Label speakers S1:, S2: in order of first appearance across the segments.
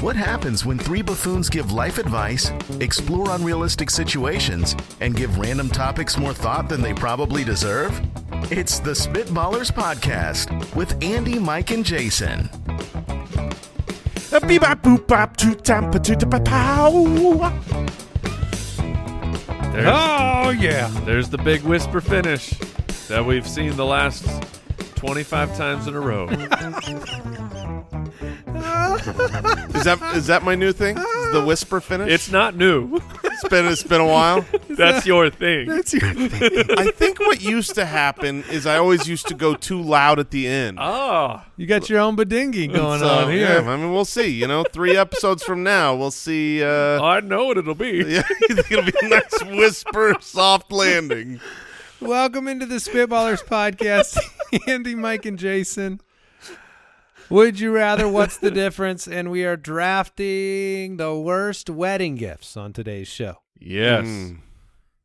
S1: What happens when three buffoons give life advice, explore unrealistic situations, and give random topics more thought than they probably deserve? It's the Spitballers Podcast with Andy, Mike, and Jason.
S2: A bebop boop bop two tampa two da pow.
S3: There's,
S2: Oh yeah.
S3: there's the big whisper finish that we've seen the last 25 times in a row.
S4: Is that is that my new thing? Is the whisper finish?
S3: it's not new.
S4: it's been it's been a while.
S3: That's your thing.
S2: That's your thing.
S4: I think what used to happen is I always used to go too loud at the end.
S3: Oh,
S2: You got your own badingy going
S4: So,
S2: on here.
S4: yeah, I mean, we'll see. You know, three episodes from now, we'll see. Uh,
S3: I know what it'll be.
S4: yeah, it'll be a nice whisper, soft landing.
S2: Welcome into the Spitballers podcast. Andy, Mike, and Jason. Would you rather? What's the difference? And we are drafting the worst wedding gifts on today's show.
S3: Yes.
S2: Hmm.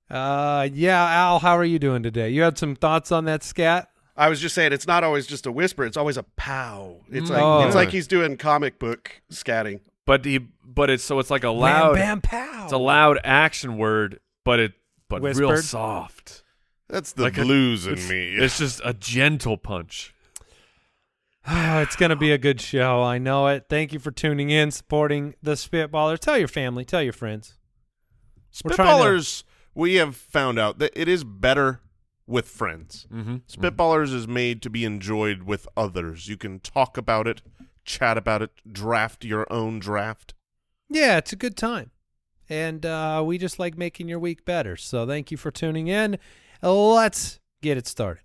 S2: Uh, yeah, Al, how are you doing today? You had some thoughts on that scat?
S5: I was just saying it's not always just a whisper, it's always a pow.
S3: Mm.
S5: It's like
S2: Oh.
S5: it's like he's doing comic book scatting.
S3: But he, but it's so it's like a loud,
S2: Wham, bam, pow.
S3: it's a loud action word, but it, but real
S2: Whispered.
S3: soft.
S4: That's the
S3: Like a-
S4: blues in
S3: It's,
S4: me.
S3: it's just a gentle punch.
S2: Oh, it's going to be a good show. I know it. Thank you for tuning in, supporting the Spitballer. Tell your family, tell your friends. we're trying to-
S4: Spitballers, we have found out that it is better with friends.
S3: Mhm.
S4: Spitballers is made to be enjoyed with others. You can talk about it, chat about it, draft your own draft.
S2: Yeah, it's a good time. And uh, we just like making your week better. So thank you for tuning in. Let's get it started.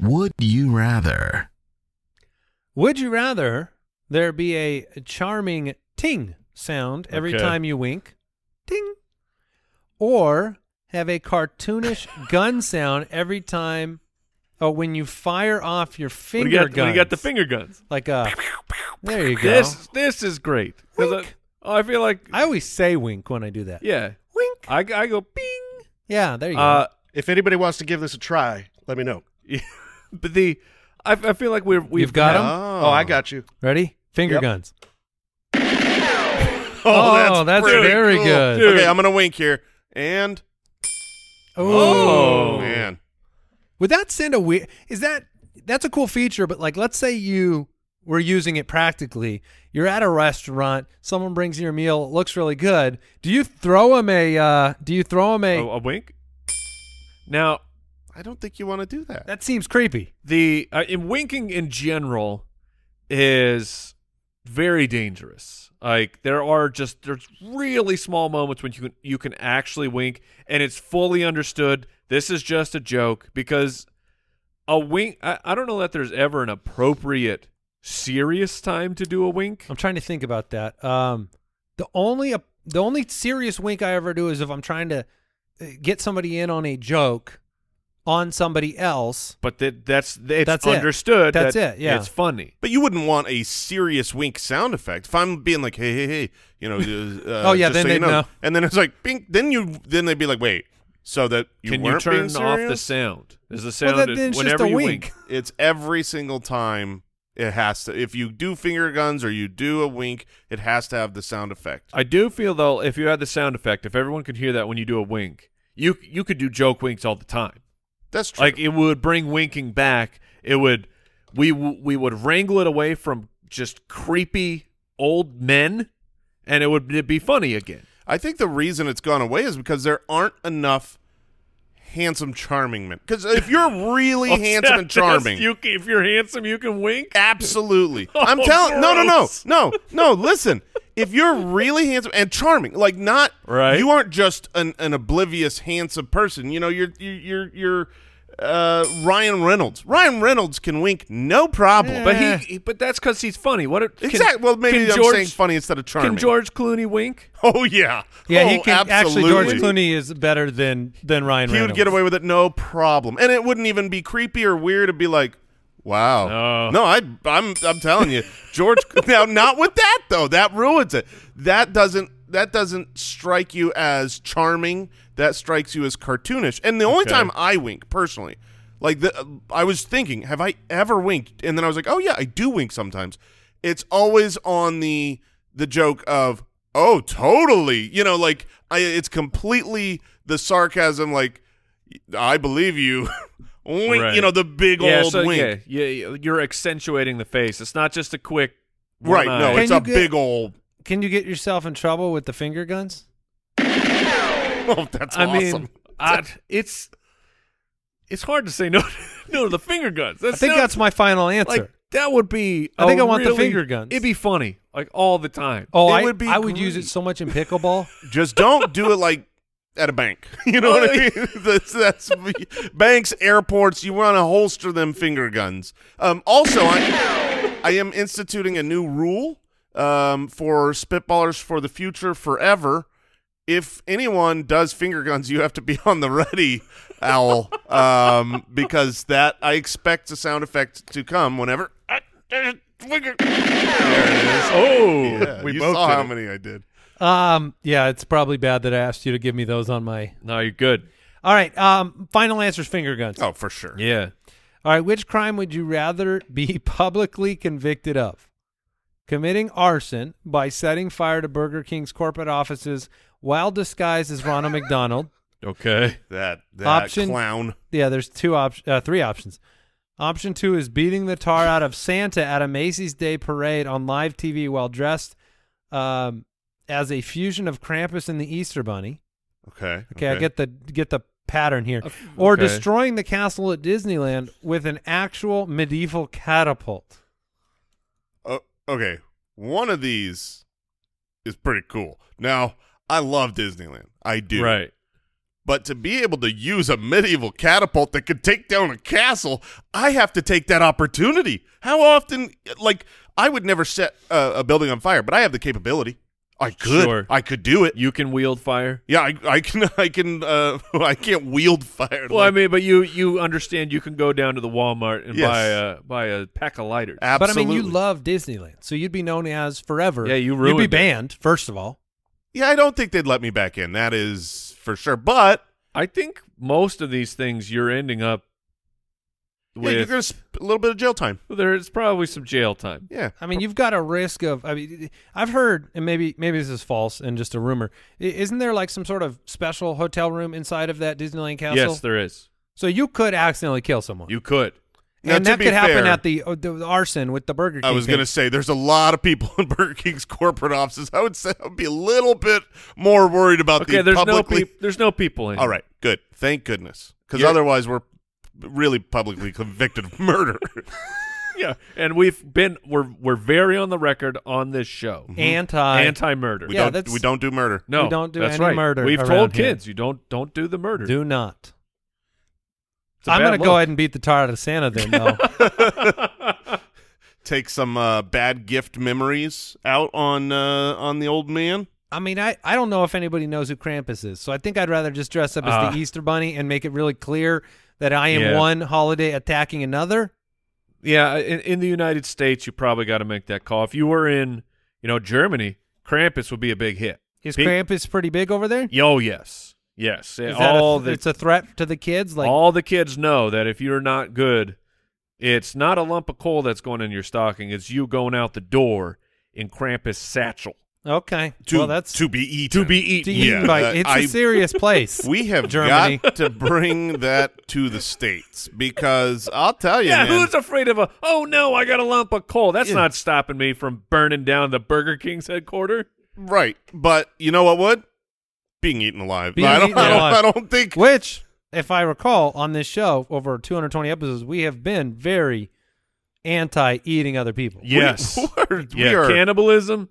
S1: Would you rather?
S2: Would you rather there be a charming ting sound every
S3: Okay.
S2: time you wink? Ting. Or have a cartoonish gun sound every time oh, when you fire off your
S3: When
S2: finger
S3: you, got, when
S2: guns?
S3: you got the finger guns.
S2: Like a. There you go.
S3: This, this is great. 'Cause I,
S2: Wink.
S3: oh, I feel like,
S2: I always say wink when I do that.
S3: yeah,
S2: Wink.
S3: I, I go bing.
S2: Yeah, there you
S3: Uh,
S5: If anybody wants to give this a try, let me know.
S3: but the, I, I feel like we're, we've
S2: You've got 'em?
S5: Oh, I got you.
S2: go. Ready? Finger
S5: Yep.
S2: guns.
S4: Oh,
S2: Oh, that's
S4: pretty
S2: very
S4: cool.
S2: good.
S4: Okay, I'm gonna wink here. And
S3: Oh.
S4: man,
S2: Would that send a weird? Is that that's a cool feature? But like, let's say you were using it practically. You're at a restaurant. Someone brings you a meal. It looks really good. Do you throw them a? Uh, do you throw them a?
S3: a, a wink. Now
S4: I don't think you want to do that.
S2: That seems creepy.
S3: the uh, in winking in general is very dangerous. Like there are just there's really small moments when you can you can actually wink and it's fully understood. This is just a joke because a wink. I, I don't know that there's ever an appropriate serious time to do a wink.
S2: I'm trying to think about that. Um, the only uh, the only serious wink I ever do is if I'm trying to uh, get somebody in on a joke on somebody else.
S3: But that that's it's
S2: That's it.
S3: understood.
S2: That's
S3: that
S2: it, yeah.
S3: it's funny.
S4: But you wouldn't want a serious wink sound effect. If I'm being like, hey, hey, hey, you know, uh,
S2: Oh, yeah,
S4: just
S2: then
S4: so you
S2: they'd know.
S4: And then it's like, bing. Then you, then they'd be like, wait, so that you
S3: can you
S4: weren't being
S3: turn off the
S4: serious?
S3: sound? Is the
S2: Well,
S3: sound
S2: that-
S3: is-
S2: then it's
S3: whenever
S2: just a
S3: you
S2: wink.
S3: wink?
S4: It's every single time. It has to. If you do finger guns or you do a wink, it has to have the sound effect.
S3: I do feel though, if you had the sound effect, if everyone could hear that when you do a wink, you you could do joke winks all the time.
S4: That's true.
S3: Like it would bring winking back. It would we w- we would wrangle it away from just creepy old men, and it would it'd be funny again.
S4: I think the reason it's gone away is because there aren't enough handsome, charming men. Because if you're really handsome and charming,
S3: You, can- if you're handsome, you can wink.
S4: Absolutely.
S3: Oh,
S4: I'm telling no no no.
S3: gross.
S4: No. No, listen. If you're really handsome and charming, like not
S3: Right.
S4: you aren't just an, an oblivious handsome person. You know, you're you're you're, you're uh, Ryan Reynolds. Ryan Reynolds can wink no problem.
S3: But he, he- but that's because he's funny. What it- can-
S4: exactly. Well, maybe
S3: can
S4: I'm
S3: George,
S4: saying funny instead of charming.
S3: Can George Clooney wink?
S4: oh yeah.
S2: Yeah,
S4: oh,
S2: he can
S4: absolutely.
S2: actually. George Clooney is better than than Ryan.
S4: He would get
S2: Reynolds.
S4: away with it no problem, and it wouldn't even be creepy or weird. It'd be like, wow,
S3: No.
S4: no, I, I'm, I'm telling you, George. now, not with that though. That ruins it. That doesn't. That doesn't strike you as charming. That strikes you as cartoonish. And the only
S3: Okay.
S4: time I wink personally, Like the, I was thinking, have I ever winked? And then I was like, oh yeah, I do wink sometimes. It's always on the the joke of oh totally, you know, like I it's completely the sarcasm, like I believe you, wink,
S3: Right.
S4: you know, the big
S3: yeah,
S4: old
S3: so,
S4: wink.
S3: yeah, yeah, you're accentuating the face. It's not just a quick
S4: Right?
S3: one
S4: No,
S3: eye.
S2: Can
S4: it's
S2: you
S4: a
S2: get-
S4: big old.
S2: Can you get yourself in trouble with the finger guns?
S4: Oh, that's
S3: I
S4: awesome.
S3: mean, I, it's it's hard to say no, no to the finger guns. That
S2: I think
S3: sounds
S2: that's my final answer.
S3: like that would be.
S2: I think
S3: a
S2: I want the
S3: really-
S2: finger guns.
S3: It'd be funny, like all the time.
S2: oh,
S4: it
S2: I
S4: would be
S2: I would use it
S4: great.
S2: so much in pickleball.
S4: Just don't do it like at a bank. You know what I mean? That's, that's banks, airports. You want to holster them finger guns. Um, also, I, I am instituting a new rule um, for spitballers for the future forever. If anyone does finger guns, you have to be on the ready, owl, um, because that I expect a sound effect to come whenever.
S3: Oh,
S4: Yeah,
S5: We
S4: you
S5: both
S4: saw
S5: did
S4: how
S5: it.
S4: many I did.
S2: Um, yeah, it's probably bad that I asked you to give me those on my.
S3: no, you're good.
S2: All right, um, final answers: finger guns.
S4: Oh, for sure.
S3: Yeah,
S2: All right, which crime would you rather be publicly convicted of? Committing arson by setting fire to Burger King's corporate offices while disguised as Ronald McDonald.
S3: okay.
S4: That that
S2: Option-
S4: clown.
S2: Yeah, there's two options, uh, three options. Option two is beating the tar out of Santa at a Macy's Day Parade on live TV while dressed um, as a fusion of Krampus and the Easter Bunny.
S4: Okay.
S2: Okay, I get the get the pattern here. Or
S3: okay.
S2: destroying the castle at Disneyland with an actual medieval catapult.
S4: Uh, okay, one of these is pretty cool. Now, I love Disneyland. I do.
S3: Right.
S4: But to be able to use a medieval catapult that could take down a castle, I have to take that opportunity. How often, like, I would never set uh, a building on fire, but I have the capability. I could.
S3: Sure.
S4: I could do it.
S3: You can wield fire.
S4: Yeah, I, I can. I can. Uh, I can't wield fire.
S3: Well, I mean, but you you understand you can go down to the Walmart and
S4: Yes.
S3: buy a buy a pack of lighters.
S2: But I
S4: absolutely.
S2: mean, you love Disneyland, so you'd be known as forever.
S3: Yeah, you
S2: You'd
S3: ruined
S2: be
S3: it.
S2: banned first of all.
S4: Yeah, I don't think they'd let me back in. That is for sure. But
S3: I think most of these things you're ending up
S4: yeah,
S3: with.
S4: you're gonna sp- a little bit of jail time.
S3: There's probably some jail time.
S4: Yeah.
S2: I mean, you've got a risk of. I mean, I've heard, and maybe maybe this is false and just a rumor. i- Isn't there like some sort of special hotel room inside of that Disneyland castle?
S3: Yes, there is.
S2: so you could accidentally kill someone,
S3: You could.
S4: Now,
S2: and
S4: to
S2: that
S4: be
S2: could happen
S4: fair-
S2: at the, uh, the the arson with the Burger King.
S4: I was going
S2: thing.
S4: to say there's a lot of people in Burger King's corporate offices. I would say I'd be a little bit more worried about
S3: Okay,
S4: the
S3: there's
S4: publicly.
S3: no peop there's no people in.
S4: All right, good. Thank goodness, because
S3: You're-
S4: otherwise we're really publicly convicted of murder.
S3: Yeah, and we've been we're we're very on the record on this show
S2: anti
S3: hmm, anti-murder.
S4: We
S2: Yeah,
S4: don't.
S2: that's-
S4: We don't do murder.
S3: No,
S2: We don't do
S3: that's
S2: any
S3: right.
S2: murder
S3: We've
S2: around
S3: told
S2: here.
S3: kids you don't don't do the murder.
S2: Do not.
S3: It's a
S2: I'm
S3: bad
S2: gonna go
S3: look.
S2: ahead and beat the tar out of Santa then, though.
S4: Take some uh, bad gift memories out on uh, on the old man.
S2: I mean, I, I don't know if anybody knows who Krampus is, so I think I'd rather just dress up as
S3: Ah.
S4: Uh.
S2: the Easter Bunny and make it really clear that I am
S3: Yeah.
S2: one holiday attacking another.
S3: Yeah, in, in the United States, you probably got to make that call. If you were in, you know, Germany, Krampus would be a big hit.
S2: Is
S3: Big-
S2: Krampus pretty big over there?
S3: Yo, Oh, yes, yes.
S2: Is that a
S3: all
S2: th-
S3: the
S2: it's a threat to the kids. Like,
S3: all the kids know that if you're not good, it's not a lump of coal that's going in your stocking. It's you going out the door in Krampus satchel
S2: okay,
S4: To,
S2: well, that's
S4: to be eaten.
S3: to be eaten.
S2: to eat
S4: yeah,
S2: by-
S4: uh,
S2: it's a
S4: I-
S2: serious place.
S4: We have
S2: Germany.
S4: got to bring that to the states because I'll tell you,
S3: Yeah,
S4: man,
S3: who's afraid of a? Oh no, I got a lump of coal. That's not stopping me from burning down the Burger King's headquarters.
S4: Right, but you know what would being eaten alive.
S2: Being
S4: I, don't,
S2: eaten
S4: I, don't,
S2: alive.
S4: I don't think.
S2: Which, if I recall, on this show over 220 episodes, we have been very anti-eating other people.
S3: Yes,
S4: We're- we
S3: yeah,
S4: are-
S3: cannibalism.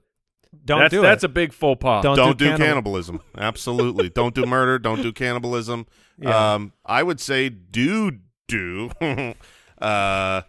S2: Don't
S3: that's,
S2: do
S3: That's
S2: it.
S3: a big faux pas.
S2: Don't-
S4: don't
S2: do
S4: do
S2: cannibal-
S4: cannibalism. Absolutely, don't do murder. Don't do cannibalism.
S2: Yeah.
S4: Um, I would say do do. uh,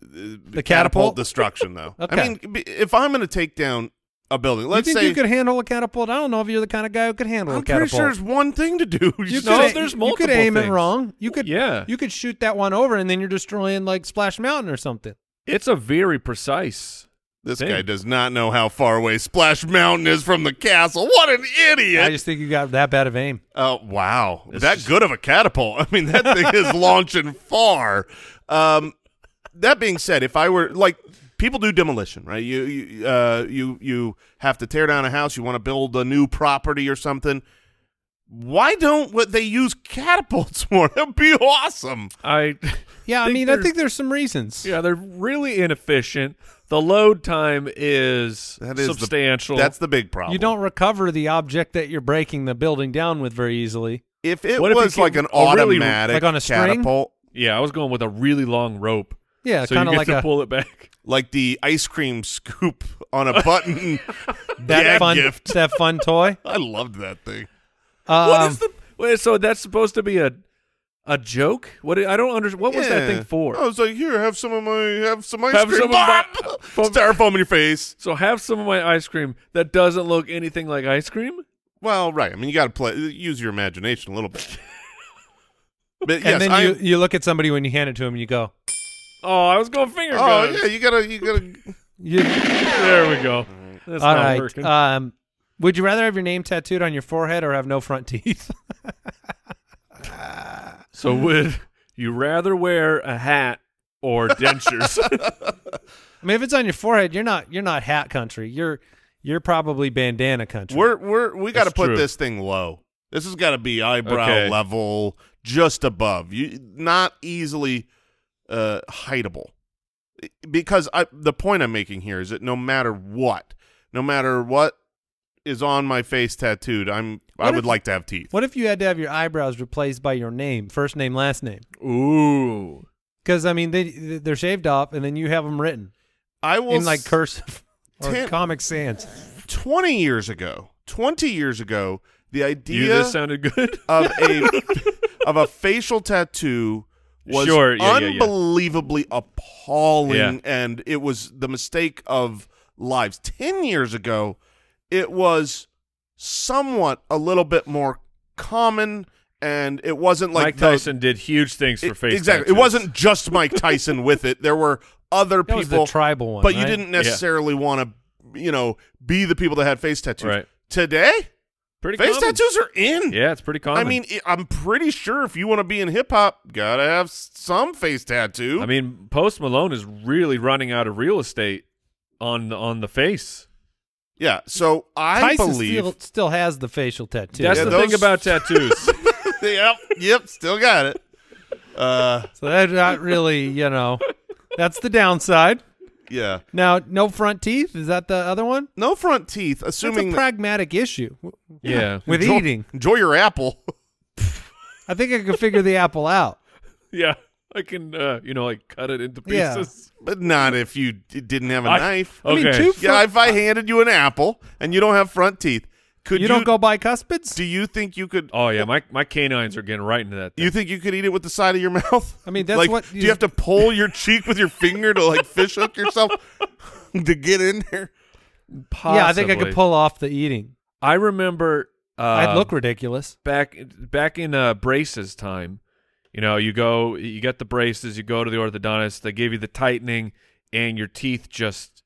S4: the
S2: catapult?
S4: destruction, though. I
S2: Okay.
S4: mean, b- if I'm going to take down a building,
S2: you
S4: let's
S2: think
S4: say
S2: you could handle a catapult? I don't know if you're the kind of guy who could handle
S4: I'm
S2: a catapult.
S4: pretty sure there's one thing to do.
S2: You
S4: Just-
S3: No,
S2: could,
S3: there's
S2: You could
S3: multiple
S2: aim it
S3: things.
S2: wrong. You could
S3: Yeah.
S2: You could shoot that one over, and then you're destroying like Splash Mountain or something.
S3: It's a very precise
S4: This
S3: Damn.
S4: guy does not know how far away Splash Mountain is from the castle. What an idiot!
S2: I just think you got that bad of aim.
S4: Oh wow, that good of a catapult! I mean, that thing is launching far. Um, that being said, if I were like people do demolition, right? You you uh, you you have to tear down a house. You want to build a new property or something. Why don't what they use catapults more? That'd be awesome.
S3: I
S2: Yeah, I,
S3: Think
S2: mean, I
S3: there's-
S2: think there's some reasons.
S3: yeah, they're really inefficient. The load time is,
S4: That is the-
S3: substantial.
S4: That's the big problem.
S2: You don't recover the object that you're breaking the building down with very easily.
S4: If it
S3: What if you
S4: was
S3: keep-
S4: like an
S3: oh, really,
S4: automatic
S2: like on a string?
S4: catapult,
S3: yeah. I was going with a really long rope,
S2: Yeah,
S3: so you
S2: kind of
S3: get
S2: like
S3: to
S2: a
S3: pull it back.
S4: like the ice cream scoop on a button
S2: that
S4: gag
S2: fun
S4: gift.
S2: that fun toy.
S4: I loved that thing.
S3: what
S2: Um,
S3: is the? Wait, so that's supposed to be a a joke? What I don't understand. What was that
S4: Yeah. Oh.
S3: thing for?
S4: I was like, here, have some of my, have some ice
S3: Have
S4: cream.
S3: some of
S4: Bop!
S3: my-
S4: Styrofoam in your face.
S3: So have some of my ice cream that doesn't look anything like ice cream.
S4: Well, right. I mean, you got to play, use your imagination a little bit. But yes,
S2: and then
S4: I,
S2: you, you look at somebody when you hand it to him and you go,
S3: Oh, I was going finger
S4: oh
S3: guns.
S4: yeah, you gotta, you gotta.
S2: you,
S3: There we go. That's
S2: All
S3: not
S2: right.
S3: working.
S2: Um, would you rather have your name tattooed on your forehead or have no front teeth?
S3: so would you rather wear a hat or dentures?
S2: I mean, if it's on your forehead, you're not you're not hat country. You're you're probably bandana country.
S4: We're, we're, we got to
S3: That's
S4: put
S3: true.
S4: this thing low. This has got to be eyebrow
S3: Okay.
S4: level, just above. You not easily uh hideable. Because I the point I'm making here is that no matter what, no matter what is on my face tattooed, I'm I
S2: What
S4: would
S2: if-
S4: like to have teeth.
S2: what if you had to have your eyebrows replaced by your name, first name, last name?
S3: Ooh.
S2: Because I mean, they they're shaved off, and then you have them written
S4: I will
S2: in like
S4: s-
S2: cursive or
S4: Tim-
S2: Comic Sans.
S4: 20 years ago, 20 years ago, the
S3: You
S4: idea
S3: just sounded good.
S4: of a of a facial tattoo was
S3: Sure, yeah, yeah, yeah.
S4: unbelievably appalling
S3: Yeah.
S4: and it was the mistake of lives 10 years ago it was somewhat a little bit more common and it wasn't like
S3: Mike
S4: the-
S3: Tyson did huge things for
S4: it-
S3: face.
S4: exactly
S3: tattoos.
S4: it wasn't just Mike Tyson with it there were other
S2: That was the
S4: people
S2: tribal one,
S4: but you
S2: right?
S4: didn't necessarily want to you know be the people that had face tattoos
S3: Right.
S4: today
S3: pretty
S4: face
S3: common.
S4: tattoos are in
S3: Yeah, it's pretty common.
S4: I mean, i- I'm pretty sure if you want to be in hip hop, gotta have s- some face tattoo.
S3: I mean, Post Malone is really running out of real estate on the, on the face.
S4: yeah. So I
S2: Tyson
S4: believe.
S2: still, still has the facial tattoo.
S3: That's
S4: Yeah,
S3: the
S4: those-
S3: thing about tattoos.
S4: yep. Yep. Still got it. Uh.
S2: so that's not really, you know, that's the downside.
S4: Yeah.
S2: Now, no front teeth. Is that the other one?
S4: No front teeth. Assuming
S2: That's a pragmatic issue w-
S3: yeah.
S2: with e
S4: enjoy,
S2: eating.
S4: Enjoy your apple.
S2: I think I could figure the apple out.
S3: Yeah. I can, uh, you know, like cut it into
S2: Yeah.
S3: pieces.
S4: But not if you d- didn't have a
S3: I-
S4: knife.
S2: I mean,
S3: Okay.
S2: two
S4: Yeah.
S2: front-
S4: If I handed you an apple and you don't have front teeth, could
S2: you, don't go bicuspids?
S4: Do you think you could?
S3: Oh yeah, my my canines are getting right into that. Thing.
S4: You think you could eat it with the side of your mouth?
S2: I mean, that's
S4: like,
S2: what
S4: Do
S2: you-
S4: you have to pull your cheek with your finger to like fish hook yourself to get in there?
S2: Yeah, I think I could
S3: Possibly.
S2: pull off the eating.
S3: I remember. Uh,
S2: I'd look ridiculous.
S3: back back in uh, braces time. You know, you go, you get the braces, you go to the orthodontist, they give you the tightening, and your teeth just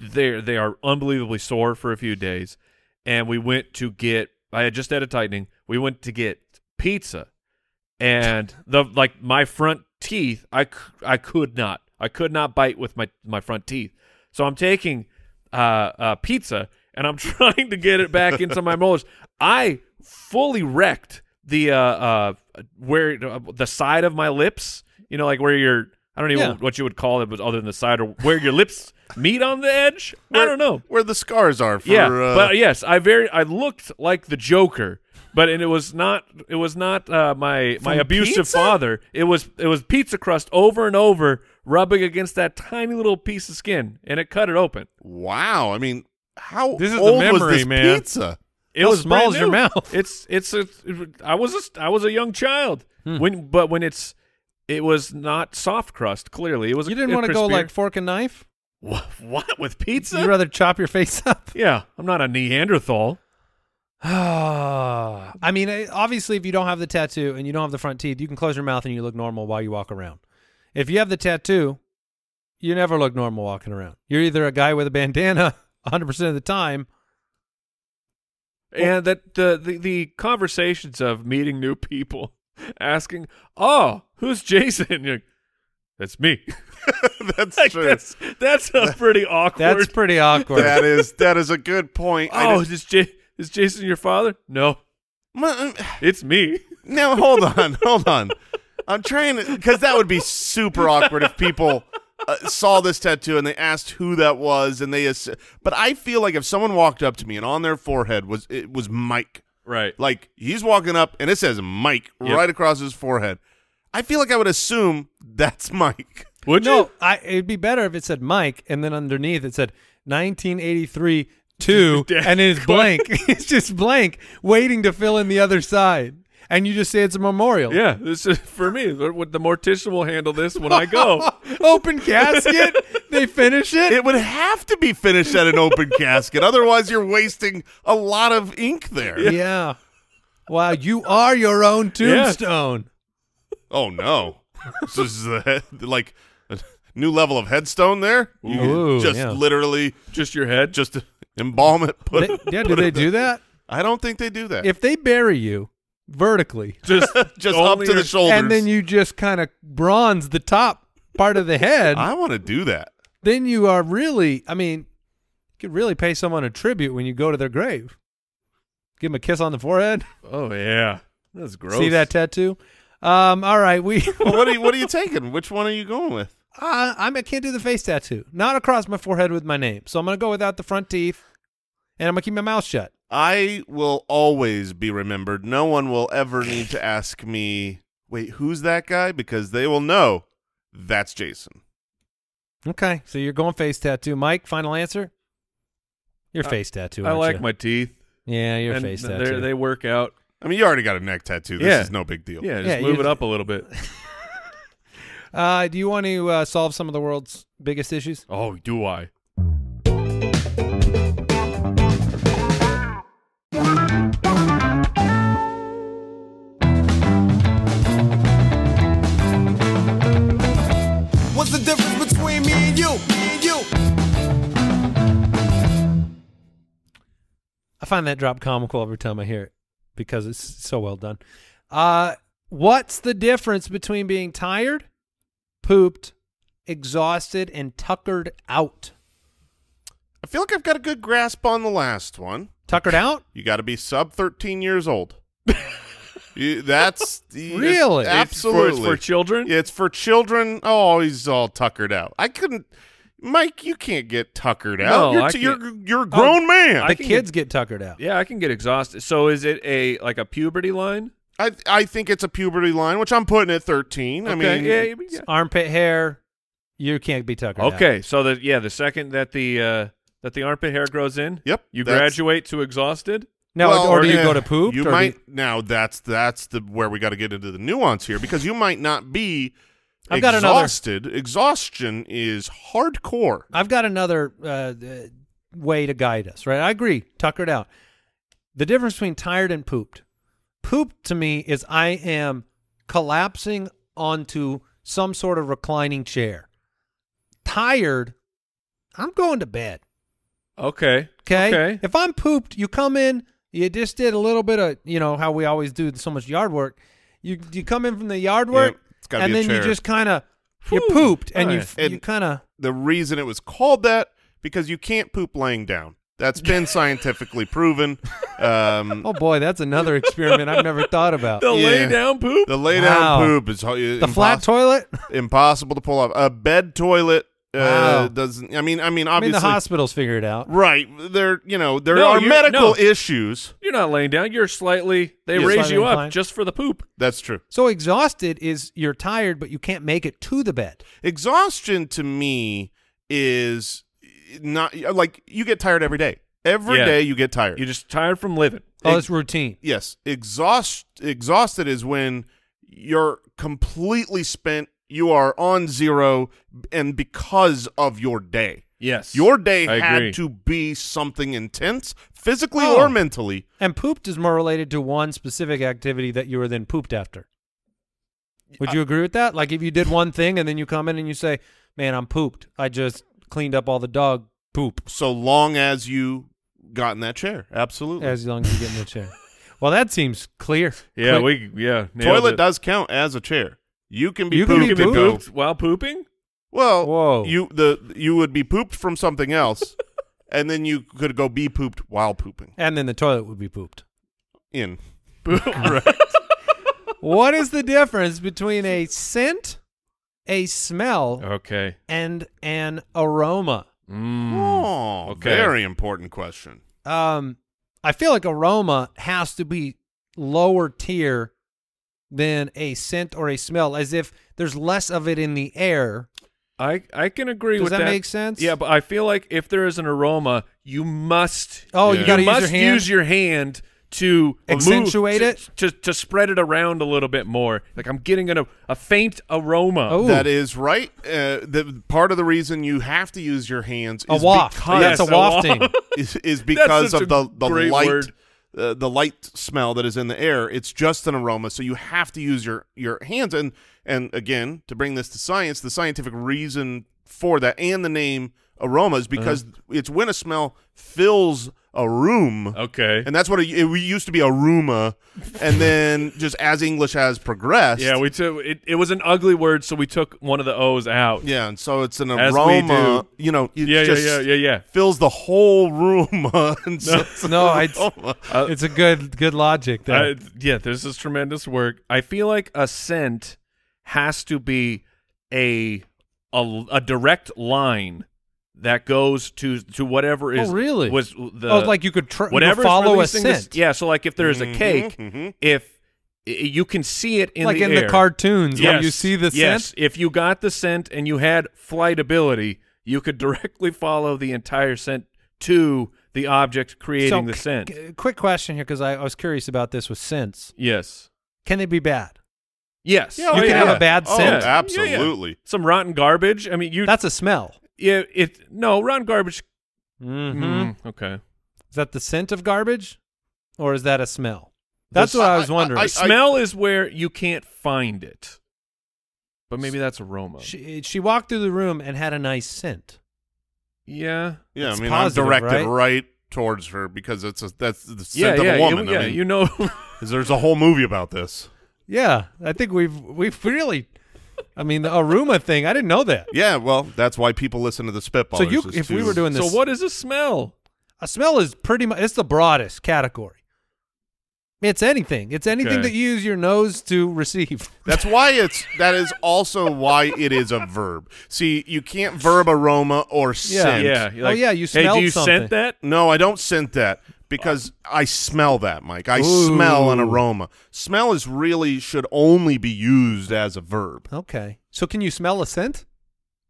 S3: they they are unbelievably sore for a few days. And we went to get. I had just had a tightening. We went to get pizza, and the like my front teeth I, c- I could not i could not bite with my my front teeth so i'm taking uh, uh pizza and i'm trying to get it back into my molars i fully wrecked the uh uh where uh, the side of my lips you know like where your i don't even
S2: Yeah.
S3: know what you would call it but other than the side or where your lips meet on the edge i don't know
S4: Where the scars are for
S3: yeah,
S4: uh,
S3: but yes, I very I looked like the Joker, but and it was not it was not uh, my my abusive father. It was it was pizza crust over and over rubbing against that tiny little piece of skin, and it cut it open.
S4: wow. I mean, how
S2: This is the
S4: old was
S2: memory,
S4: this
S2: man.
S4: pizza?
S3: It
S2: How
S3: was
S2: small
S3: brand
S2: is your
S3: new.
S2: mouth?
S3: It's it's a, I was a, s- I was a young child
S2: Hmm.
S3: when but when it's it was not soft crust. Clearly, it was.
S2: You
S3: a-
S2: didn't
S3: a
S2: want to go
S3: crispier-
S2: like fork and knife?
S3: what, what with pizza?
S2: You'd rather chop your face up?
S3: yeah, I'm not a Neanderthal.
S2: I mean, I- obviously, if you don't have the tattoo and you don't have the front teeth, you can close your mouth and you look normal while you walk around. If you have the tattoo, you never look normal walking around. You're either a guy with a bandana 100% of the time.
S3: and that the, the the conversations of meeting new people, asking, "Oh, who's Jason?" You're like, that's me.
S4: That's
S3: Like,
S4: true.
S3: that's that's a pretty awkward.
S2: That's pretty awkward.
S4: that is that is a good point. I
S3: oh,
S4: did-
S3: is J- is Jason your father? No,
S4: Mm, mm.
S3: it's me.
S4: now hold on, hold on. I'm trying to because that would be super awkward if people uh, saw this tattoo and they asked who that was and they. Ass- but I feel like if someone walked up to me and on their forehead was it was Mike,
S3: Right.
S4: like he's walking up and it says Mike
S3: Yep.
S4: right across his forehead. I feel like I would assume that's Mike.
S3: Would you?
S2: no, I, it'd be better if it said Mike and then underneath it said 1983 2 and then it's blank. it's just blank waiting to fill in the other side. And you just say it's a memorial.
S3: Yeah, this is for me. The the mortician will handle this when I go.
S2: Open casket. they finish it.
S4: It would have to be finished at an open casket, otherwise you're wasting a lot of ink there.
S2: yeah. Wow, you are your own
S3: Yeah.
S2: tombstone.
S4: Oh no! so this is the head, like a new level of headstone there. You can
S2: Ooh,
S4: just
S2: yeah.
S4: literally
S3: Just your head.
S4: just embalm it. Put
S2: They-
S4: it.
S2: yeah, do they do that?
S4: I don't think they do that.
S2: If they bury you vertically
S3: Just
S4: just up to
S3: only
S4: the
S3: your-
S4: shoulders.
S2: and then you just kind of bronze the top part of the head,
S4: I want to do that.
S2: then you are really, I mean, you could really pay someone a tribute when you go to their grave. Give them a kiss on the forehead.
S3: Oh yeah, that's gross.
S2: See that tattoo? Um, all right, we.
S4: Well, what are you What are you taking? Which one are you going with?
S2: Uh, I, I'm, I can't do the face tattoo. Not across my forehead with my name. So I'm going to go without the front teeth and I'm going to keep my mouth shut.
S4: I will always be remembered. No one will ever need to ask me, "Wait, who's that guy?" Because they will know that's Jason.
S2: Okay. So you're going face tattoo. Mike, final answer? Your face tattoo.
S3: Uh, I
S2: aren't
S3: like
S2: you?
S3: my teeth.
S2: Yeah, your
S3: and
S2: face
S3: they're-
S2: tattoo.
S3: They work out.
S4: I mean, you already got a neck tattoo. This
S3: Yeah.
S4: is no big deal.
S3: Yeah, just
S2: Yeah,
S3: move
S2: you-
S3: it up a little bit.
S2: Uh, do you want to uh, solve some of the world's biggest issues?
S3: Oh, do I?
S6: What's the difference between me and you? Me and you.
S2: I find that drop comical every time I hear it because it's so well done. Uh, what's the difference between being tired, pooped, exhausted, and tuckered out?
S4: I feel like I've got a good grasp on the last one.
S2: Tuckered out?
S4: You got to be sub 13 years old. You- that's you-
S2: Really?
S3: It's for-
S4: absolutely
S3: it's for children?
S4: Yeah, it's for children. Oh, he's all tuckered out. I couldn't, Mike. You can't get tuckered
S3: No,
S4: out. you're,
S3: I
S4: t- you're
S3: can't. Oh,
S4: you're a grown man.
S2: The
S4: I,
S3: can
S2: kids get tuckered out.
S3: Yeah, I can get exhausted. So is it a like a puberty line?
S4: I think it's a puberty line, which I'm putting at 13. I
S3: Okay,
S4: mean,
S3: yeah, yeah, yeah.
S2: Armpit hair, you can't be tuckered out.
S3: Okay, so that yeah, the second that the uh that the armpit hair grows in,
S4: Yep,
S3: you
S4: that's-
S3: graduate to exhausted.
S2: Now,
S4: Well,
S2: or do you
S4: yeah,
S2: go to pooped?
S4: You
S2: or do
S4: might now. That's that's the where we got to get into the nuance here because you might not be
S2: I've got another-
S4: exhausted. Exhaustion is hardcore.
S2: I've got another uh, uh, way to guide us, right? I agree. Tuckered out. The difference between tired and pooped. Pooped to me is I am collapsing onto some sort of reclining chair. Tired, I'm going to bed.
S3: Okay.
S2: Okay.
S3: Okay.
S2: If I'm pooped, you come in, you just did a little bit of, you know, how we always do so much yard work. You you come in from the yard
S4: Yeah,
S2: work,
S4: it's gotta
S2: and
S4: be a
S2: then you
S4: chair.
S2: just kind of you're
S3: Whew.
S2: pooped, and you
S3: Alright.
S2: f- you
S4: And-
S2: kind of
S4: the reason it was called that because you can't poop laying down. That's been scientifically proven. Um,
S2: oh boy, that's another experiment I've never thought about.
S3: The
S4: Yeah.
S3: lay down poop.
S4: the lay
S2: Wow.
S4: down poop is ho-
S2: the
S4: impos-
S2: flat toilet.
S4: impossible to pull off. A bed toilet uh,
S2: Wow.
S4: doesn't. I mean, I
S2: I mean,
S4: mean, obviously,
S2: the hospitals figure it out.
S4: right? There, you know, there
S3: No,
S4: are
S3: you're-
S4: medical
S3: no.
S4: issues.
S3: You're not laying down. You're slightly. They
S4: Yeah.
S3: raise
S2: Slightly
S3: you up
S2: inclined.
S3: just for the poop.
S4: That's true.
S2: So exhausted is you're tired, but you can't make it to the bed.
S4: Exhaustion to me is not like you get tired every day. Every day
S3: Yeah.
S4: you get tired.
S3: You're just tired from living.
S2: Oh, it's routine.
S4: yes exhaust exhausted is when you're completely spent you are on zero and because of your day
S3: Yes.
S4: your day
S3: I
S4: had
S3: agree.
S4: to be something intense physically
S2: Oh.
S4: or mentally
S2: And pooped is more related to one specific activity that you were then pooped after. Would you agree with that? Like if you did one thing and then you come in and you say, man, I'm pooped. I just cleaned up all the dog poop
S4: So long as you got in that chair, absolutely.
S2: as long as you get in the chair. Well, that seems clear.
S3: Yeah,
S2: Quick.
S3: we yeah. nailed
S4: Toilet
S3: it.
S4: does count as a chair. You can be
S2: You can
S4: pooped.
S2: be
S3: You can be
S2: Poop?
S3: pooped while pooping.
S4: Well,
S2: Whoa.
S4: you the you would be pooped from something else, and then you could go be pooped while pooping
S2: and then the toilet would be pooped.
S4: in.
S2: what is the difference between a scent, a smell,
S3: Okay. Mm.
S2: and an aroma? Hmm.
S4: Oh,
S3: Okay.
S4: very important question.
S2: Um, I feel like aroma has to be lower tier than a scent or a smell, as if there's less of it in the air.
S3: I I can agree
S2: Does
S3: with
S2: that,
S3: that.
S2: make sense?
S3: Yeah, but I feel like if there is an aroma, you must
S2: Oh, you
S4: Yeah.
S2: gotta
S3: you
S2: use
S3: must
S2: your hand.
S3: use your hand to
S2: Accentuate
S3: move-
S2: it?
S3: to, to to spread it around a little bit more. Like I'm getting an, a faint aroma.
S2: oh,
S4: That is right. Uh, the part of the reason you have to use your hands
S2: a
S4: is
S2: waft.
S4: because
S3: Yes,
S2: That's a
S3: a waft.
S2: wafting.
S4: is, is because
S3: such
S4: of the
S3: a
S4: the
S3: great
S4: light
S3: word.
S4: uh, the light smell that is in the air. It's just an aroma, so you have to use your your hands and and again to bring this to science, the scientific reason for that and the name aroma is
S3: Uh-huh.
S4: because it's when a smell fills a room.
S2: Oh.
S3: Okay.
S4: And that's what it, it used to be aroma, and then just as English has progressed,
S3: yeah, we took it, it was an ugly word, so we took one of the O's out.
S4: yeah, and so it's an
S3: As we
S4: aroma. You know, it
S3: yeah, yeah,
S4: just
S3: yeah, yeah, yeah.
S4: fills the whole room. and so it's an
S2: no, I-
S4: aroma.
S2: it's a good good logic there.
S3: Oh, uh, I- yeah, this is tremendous work. I feel like a scent has to be a a, a direct line that goes to to whatever is
S2: Oh, really?
S3: was the
S2: oh, like you could, tr- you could
S3: whatever
S2: follow a
S3: uh, releasing this-
S2: scent.
S3: yeah, so like if there is a cake,
S4: mhm.
S3: if i- you can see it in
S2: like
S3: the
S2: in
S3: air.
S2: the cartoons where
S3: Yes,
S2: you see the
S3: yes.
S2: scent.
S3: If you got the scent and you had flight ability, you could directly follow the entire scent to the object creating the
S2: c-
S3: scent.
S2: c- quick question here, because I, I was curious about this with scents.
S3: yes.
S2: Can it be bad?
S3: Yes.
S4: Yeah,
S2: You
S4: oh,
S2: can
S4: yeah.
S2: have a bad
S4: Oh,
S2: scent.
S4: absolutely.
S3: Some rotten garbage. I mean, you.
S2: That's a smell.
S3: yeah, it. No, rotten garbage.
S2: Mm-hmm.
S3: Mm, okay.
S2: Is that the scent of garbage, or is that a smell? That's what I was wondering.
S4: I-
S3: Smell is where you can't find it, but maybe that's aroma.
S2: she, she walked through the room and had a nice scent.
S3: yeah.
S4: Yeah,
S2: It's
S4: I mean,
S2: positive,
S4: I'm
S2: right?
S4: directed right? towards her because it's a, that's the
S3: Yeah, yeah,
S4: scent of a
S3: you-
S4: woman.
S3: yeah.
S4: I mean,
S3: you know.
S4: 'cause there's a whole movie about this.
S2: Yeah, I think we've we've really, I mean, the aroma thing. I didn't know that.
S4: Yeah, well, that's why people listen to the spitballers.
S2: So you,
S4: is
S2: if
S4: to-
S2: we were doing
S3: so
S2: this,
S3: what is a smell?
S2: a smell is pretty much it's the broadest category. It's anything. It's anything
S3: Okay.
S2: that you use your nose to receive.
S4: that's why it's that is also why it is a verb. See, you can't verb aroma or scent.
S3: Yeah. you're
S2: Oh,
S3: like,
S2: yeah, you
S3: Hey,
S2: smelled
S3: do you
S2: something."
S3: scent that?
S4: No, I don't scent that because I smell that, Mike. I
S2: Ooh.
S4: smell an aroma. Smell is really should only be used as a verb.
S2: Okay. So can you smell a scent?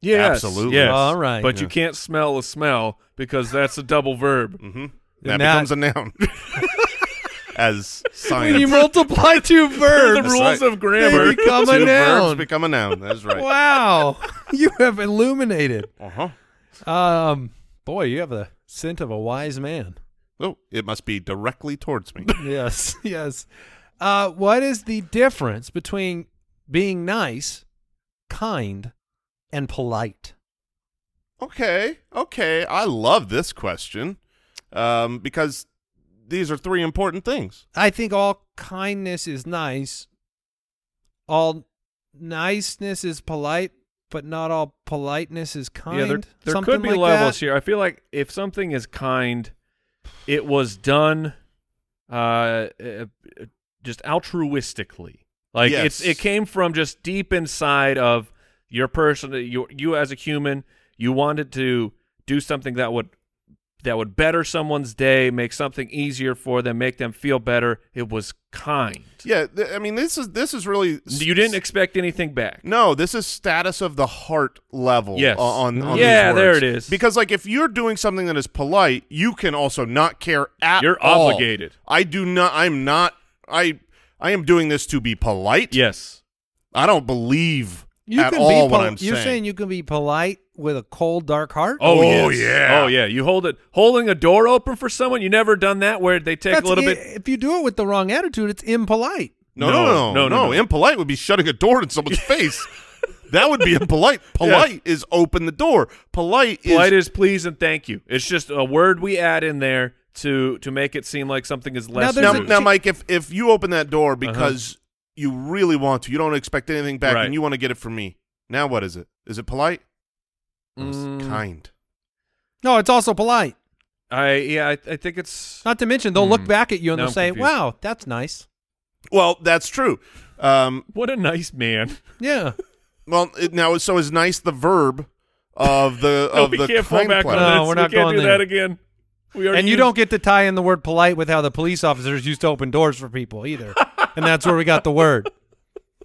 S3: Yes,
S4: Absolutely.
S3: Yes.
S2: All right.
S3: But you can't smell a smell because that's a double verb.
S4: Mm-hmm. That
S2: Now-
S4: becomes a noun. as science.
S2: When you multiply two
S3: the
S2: verbs,
S4: That's
S3: rules
S4: right.
S3: of grammar.
S2: become a
S4: Two
S2: noun.
S4: verbs become a noun. That's right.
S2: wow, you have illuminated.
S4: Uh-huh.
S2: Um, boy, you have the scent of a wise man.
S4: Oh, it must be directly towards me.
S2: Yes, yes. Uh, what is the difference between being nice, kind, and polite?
S4: okay, okay. I love this question um, because these are three important things.
S2: I think all kindness is nice. All niceness is polite, but not all politeness is kind.
S3: yeah, there, there
S2: Something
S3: could be
S2: like
S3: levels
S2: that.
S3: here. I feel like if something is kind, it was done uh, uh, uh, just altruistically. Like it's it
S4: Yes.
S3: came from just deep inside of your person, you you as a human, you wanted to do something that would that would better someone's day, make something easier for them, make them feel better. It was kind.
S4: Yeah, th- I mean this is this is really
S3: You didn't expect anything back.
S4: No, this is status of the heart level.
S3: Yes.
S4: o- On, on
S3: Yeah,
S4: these words.
S3: there it is.
S4: Because like if you're doing something that is polite, you can also not care at
S3: You're
S4: all.
S3: obligated.
S4: I do not. I'm not. I I am doing this to be polite.
S3: Yes.
S4: I don't believe
S2: You
S4: at
S2: can
S4: all
S2: be
S4: what
S2: poli-
S4: I'm
S2: You're saying you can be polite with a cold, dark heart.
S3: Oh,
S4: Oh,
S3: yes.
S4: yeah.
S3: Oh yeah. You hold it holding a door open for someone. You never done that where they take
S2: That's
S3: a little
S2: i-
S3: bit.
S2: If you do it with the wrong attitude, it's impolite.
S4: no, no, no,
S3: No, no, no, no.
S4: Impolite would be shutting a door in someone's face. That would be impolite. Polite is open the door. Polite,
S3: Polite
S4: is
S3: is please and thank you. It's just a word we add in there to to make it seem like something is less.
S2: there's
S4: now,
S2: a
S3: rude.
S4: now, Mike. If if you open that
S3: Uh-huh.
S4: door because you really want to, you don't expect anything back,
S3: Right.
S4: and you want to get it from me. Now, what is it? Is it polite? Or is it
S3: Mm.
S4: kind.
S2: No, it's also polite.
S3: I yeah, I, I think it's
S2: Not to mention they'll
S4: Hmm.
S2: look back at you and
S3: Now
S2: they'll
S3: I'm
S2: say,
S3: confused.
S2: "Wow, that's nice."
S4: Well, that's true. Um,
S3: what a nice man.
S2: Yeah.
S4: well, it, now so is nice the verb of the
S3: No,
S4: of
S3: we
S4: the
S3: can't fall
S4: kind
S3: back on
S4: platter.
S2: No,
S3: that.
S2: we're
S3: we
S2: not
S3: can't
S2: going
S3: do
S2: there.
S3: that again. We already
S2: And you
S3: used-
S2: don't get to tie in the word polite with how the police officers used to open doors for people either. and that's where we got the word.